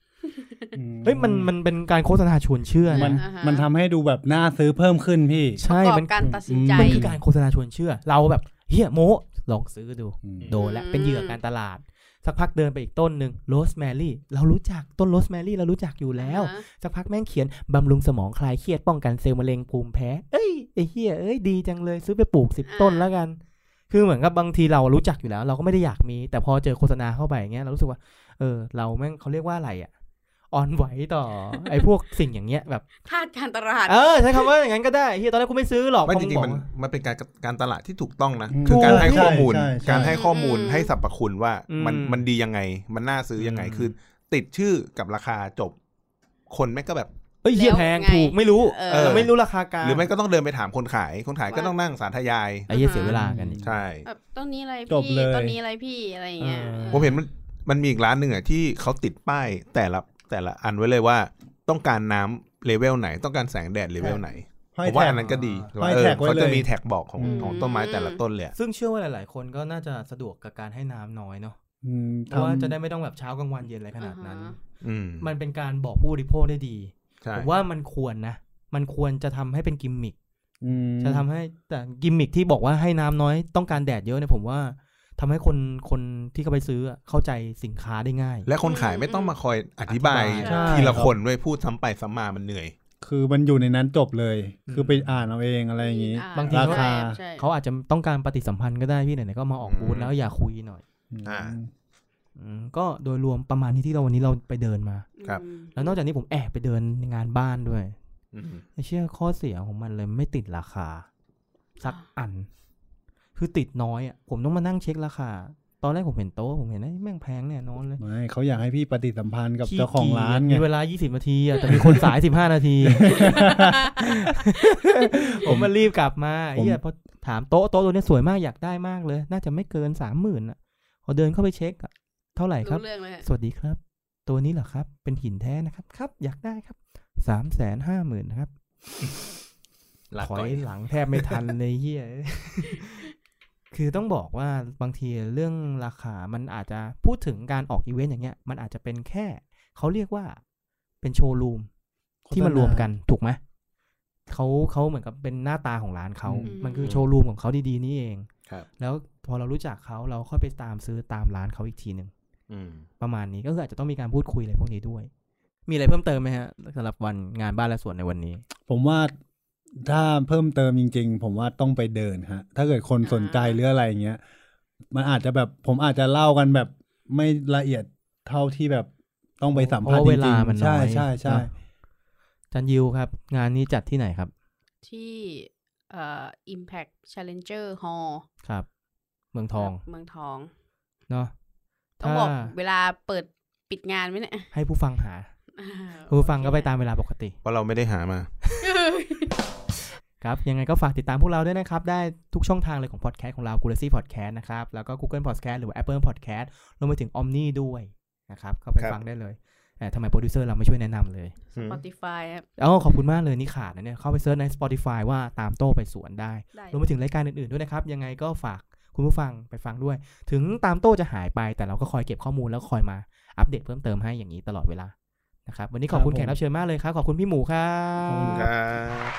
Speaker 3: เฮ้ยมันมันเป็นการโฆษณาชวนเชื่อ
Speaker 2: มัน
Speaker 3: นะ
Speaker 5: อ่าฮะ
Speaker 2: มันทำให้ดูแบบน่าซื้อเพิ่มขึ้นพี่
Speaker 3: ใช่
Speaker 5: ประกอบ
Speaker 3: มัน
Speaker 5: การตัดสินใจ
Speaker 3: มันคือการโฆษณาชวนเชื่อ เราแบบเฮียโมลองซื้อดู โดนแล้ว
Speaker 5: อืม
Speaker 3: เป็นเหยื่อการตลาด สักพักเดินไปอีกต้นหนึ่งโรสแมรี่เรารู้จักต้นโรสแมรี่เรารู้จักอยู่แล้ว
Speaker 5: อ่าฮะ
Speaker 3: สักพักแม่งเขียน บำรุงสมองคลายเครียดป้องกันเซลล์มะเร็งภูมิแพ้ เอ้ยไอ้เฮียเอ้ยดีจังเลย ซื้อไปปลูกสิบต้นแล้วกัน คือเหมือนกับบางทีเรารู้จักอยู่แล้ว เราก็ไม่ได้อยากมี แต่พอเจอโฆษณาเข้าไปอย่างเงี้ยเรารู้สึกว่า เออ เราแม่งเขาเรียกว่าอะไรอะอ่อนไหวต่อ ไอ้พวกสิ่งอย่างเงี้ยแบบ
Speaker 5: ธาตุการตลาด
Speaker 3: เออใช้คำว่าอย่างนั้นก็ได้เฮียตอนแรกกูไม่ซื้อหรอก
Speaker 4: ไม่
Speaker 3: พอ
Speaker 4: จ
Speaker 3: ง
Speaker 4: ริง
Speaker 3: บอก
Speaker 4: ๆมัน
Speaker 3: ว่า
Speaker 4: มันเป็นการการตลาดที่ถูกต้องนะ
Speaker 2: ถูก
Speaker 4: คือการให้
Speaker 2: ใช่
Speaker 4: ข้อมูล
Speaker 2: ใช่ใช่
Speaker 4: การให้ข้อมูล
Speaker 5: อืม
Speaker 4: ให้สรรพคุณว่ามัน
Speaker 3: อืม
Speaker 4: มันดียังไง มันน่าซื้อยังไง
Speaker 3: อืม
Speaker 4: คือติดชื่อกับราคาจบ คนแม่งก็แบบ
Speaker 3: เอ้ยเฮียแพง
Speaker 5: แล้วไง
Speaker 3: ถูกไม่รู้
Speaker 5: เออ
Speaker 3: เราไม่รู้ราคากลาง
Speaker 4: หรือไม่ก็ต้องเดินไปถามคนขาย คนขายก็ต้องนั่งสาธยาย
Speaker 3: ไอ้เฮียเสียเวลากันอีก
Speaker 4: ใช่
Speaker 5: แบบต้นนี้อะไร
Speaker 2: จบ
Speaker 5: พี่
Speaker 2: เลย
Speaker 5: ต้นนี้อะไรพี่อะไรอย่างเงี้ย
Speaker 3: เออ
Speaker 5: ออ
Speaker 4: ผมเห็นมันมันมีอีกร้านหนึ่งอ่ะที่เขาติดป้ายแต่ละแต่ละอันไว้เลยว่า ต้องการน้ำเลเวลไหน ต้องการแสงแดดเลเวลไหน
Speaker 2: ห้
Speaker 4: ผ
Speaker 2: ย
Speaker 4: มว่า
Speaker 2: แท็ก
Speaker 4: อันนั้นก็ดี
Speaker 2: ห้
Speaker 4: ว่า
Speaker 2: อย
Speaker 4: เออ
Speaker 2: แท็กไว้เลย
Speaker 4: เขาจะมีแท็กบอกของ
Speaker 2: อืม
Speaker 4: ของต้นไม้แต่ละต้นเลยอะ
Speaker 3: ซึ่งเชื่อว่าหลาย ๆ คนก็น่าจะสะดวกกับการให้น้ำน้อยเนาะ
Speaker 2: อืม
Speaker 3: เพราะว่า
Speaker 2: ทำ
Speaker 3: จะได้ไม่ต้องแบบเช้ากลางวันเย็นอะไรขนาดนั้น
Speaker 5: อ่ฮะ
Speaker 4: อืม
Speaker 3: มันเป็นการบอกผู้บริโภคได้ดี
Speaker 4: ใช่
Speaker 3: ผมว่ามันควรนะ มันควรจะทำให้เป็นกิมมิค
Speaker 2: อืม
Speaker 3: จะทำให้แต่กิมมิคที่บอกว่าให้น้ำน้อยต้องการแดดเยอะเนี่ยผมว่าทำให้คนคนที่เขาไปซื้ออะเข้าใจสินค้าได้ง่าย
Speaker 4: และคนขายไม่ต้องมาคอยอธิบาย
Speaker 3: ใช่
Speaker 4: ทีละคนด้วยพูดซ้ำไปซ้ำมามันเหนื่อย
Speaker 2: คือมันอยู่ในนั้นจบเลย
Speaker 3: อืม
Speaker 2: คือไปอ่านเอาเองอะไรอย่างงี้
Speaker 5: อ่
Speaker 3: บางที
Speaker 2: ราคา
Speaker 5: ใช่
Speaker 3: เขาอาจจะต้องการปฏิสัมพันธ์ก็ได้พี่ไหนๆก็มาออกบูธ
Speaker 4: อืม
Speaker 3: แล้วอย่าคุยหน่อย
Speaker 4: อ่า
Speaker 3: อืมก็โดยรวมประมาณนี้ที่เราวันนี้เราไปเดินมา
Speaker 5: อืม
Speaker 4: ครับ
Speaker 3: แล้วนอกจากนี้ผมแอบไปเดินงานบ้านด้วย
Speaker 4: อืม
Speaker 3: ไอ้เชื่อข้อเสียของมันเลยไม่ติดราคา สักอัน คือติดน้อยอ่ะผมต้องมานั่งเช็คราคา ตอนแรกผมเห็นโต๊ะผมเห็นไอ้ยแม่งแพงแน่นอนเลย
Speaker 2: ไม่เขาอยากให้พี่ปฏิสัมพันธ์กับ
Speaker 3: ขี้
Speaker 2: เจ้าของร้านไง
Speaker 3: เกียจมีเวลา 20 นาทีอะแต่มีคนสาย 15 นาที
Speaker 2: [LAUGHS]
Speaker 3: ผมมันรีบกลับมา
Speaker 2: ผม
Speaker 3: เฮียพอถามโต๊ะโต๊ะตัวเนี้ยสวยมากอยากได้มากเลย น่าจะไม่เกิน 30,000อ่ะพอเดินเข้าไปเช็คอะเท่าไหร่ครับ
Speaker 5: รู้เรื่องเลยฮะ
Speaker 3: สวัสดีครับ ตัวนี้เหรอครับ เป็นหินแท้นะครับ ครับ อยากได้ครับ 3 5 0 0 0 0นะครับ
Speaker 4: ลา
Speaker 3: ถอ
Speaker 4: ก่อย ย
Speaker 3: หลังแทบไม่ทันเลยเฮีย คือต้องบอกว่าบางทีเรื่องราคา มันอาจจะพูดถึงการออกอีเวนต์อย่างเงี้ย มันอาจจะเป็นแค่ เขาเรียกว่าเป็นโชว์รูม ที่มันรวมกันถูกไหมเขาเขาเหมือนกับเป็นหน้าตาของร้านเขา
Speaker 2: อืม
Speaker 3: มันคือโชว์รูมของเขาดีๆนี่เอง
Speaker 4: ครับ
Speaker 3: แล้วพอเรารู้จักเขาเราค่อยไปตามซื้อตามร้านเขาอีกทีหนึ่ง
Speaker 4: อืม
Speaker 3: ประมาณนี้ก็คืออาจจะต้องมีการพูดคุยอะไรพวกนี้ด้วย มีอะไรเพิ่มเติมไหมฮะสำหรับวันงานบ้านและสวนในวันนี้
Speaker 2: ผมว่าถ้าเพิ่มเติมจริง ๆ ผมว่าต้องไปเดินฮะ ถ้าเกิดคนสนใจหรืออะไรอย่างเงี้ย มันอาจจะแบบผมอาจจะเล่ากันแบบไม่ละเอียดเท่าที่แบบต้องไปสัมภาษณ์จ
Speaker 3: เพราะเว
Speaker 2: ริ
Speaker 3: ลาง มัน
Speaker 2: ๆ
Speaker 3: น้
Speaker 2: ใช่
Speaker 3: อย
Speaker 2: ใช่ใช่
Speaker 3: เนอะ จันยิวครับ งานนี้จัดที่ไหนครับ
Speaker 5: ที่เอ่อ Impact Challenger Hall
Speaker 3: ครับ เมืองทอง
Speaker 5: เมืองทอง
Speaker 3: เนาะ
Speaker 5: ต้อง
Speaker 3: ถ้า
Speaker 5: บอกเวลาเปิดปิดงานไหมเนี่ย
Speaker 3: ให้ผู้ฟังหา
Speaker 5: อ่า
Speaker 3: ผู้ฟังก็ไป
Speaker 5: โอเค
Speaker 3: ตามเวลาปกติ
Speaker 4: เพราะเราไม่ได้หามา
Speaker 3: ครับ ยังไงก็ฝากติดตามพวกเราด้วยนะครับ ได้ทุกช่องทางเลยของพอดแคสต์ของเรา g u l a ซี่พอดแคสต์นะครับ แล้วก็ Google Podcast หรือว่า Apple Podcast รวมไปถึง Omni ด้วยนะครับ เข้าไป
Speaker 4: ครับ
Speaker 3: ฟังได้เลยแต่อทำไมโปรดิวเซอร์เราไม่ช่วยแนะนำเลย
Speaker 5: ส Spotify ครับ
Speaker 3: อ๋อขอบคุณมากเลยนี่ขาดนะเนี่ย เข้าไปเซิร์ชใน Spotify ว่าตามโต้ไปสวนได้
Speaker 5: ได้
Speaker 3: รวมไปถึงรายการอื่นๆด้วยนะครับ ยังไงก็ฝากคุณผู้ฟังไปฟังด้วย ถึงตามโต้จะหายไปแต่เราก็คอยเก็บข้อมูลแล้วคอยมาอัปเดตเพิ่มเติมให้อย่างนี้ตลอดเวลานะครับวันนี้ขอบคุณ
Speaker 2: ครับ
Speaker 3: แข
Speaker 2: ผม
Speaker 3: กรับเชิญมากเลยครับ ขอบคุณพี่หมูครั
Speaker 4: ขอบคุณค
Speaker 3: บ
Speaker 4: รับ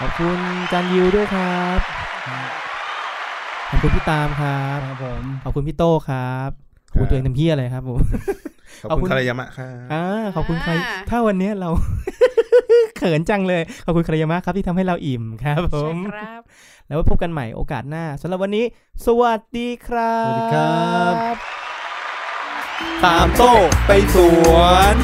Speaker 3: ขอบคุณจันยิวด้วยครับขอบคุณพี่ตามครับ
Speaker 2: ครับผม
Speaker 3: ขอบคุณพี่โต้ครับขอบคุณ
Speaker 4: ครับ
Speaker 3: ตัวเองทำเพี้ยอะไรครับผม
Speaker 4: ขอบ
Speaker 3: ขอบคุ
Speaker 4: คุณ ณคารยามะครับ
Speaker 3: อ่าขอบคุณใคร
Speaker 5: อ่า
Speaker 3: ถ้าวันนี้เรา [LAUGHS] เขินจังเลยขอบคุณคารยามะครับที่ทำให้เราอิ่มครับผ
Speaker 5: ใช่
Speaker 3: ม
Speaker 5: ครับ
Speaker 3: แล้วพบกันใหม่โอกาสหน้าสำหรับวันนี้ สวัสดีครับ
Speaker 2: สวัสดีครับ
Speaker 3: ตามโต้ไปสวน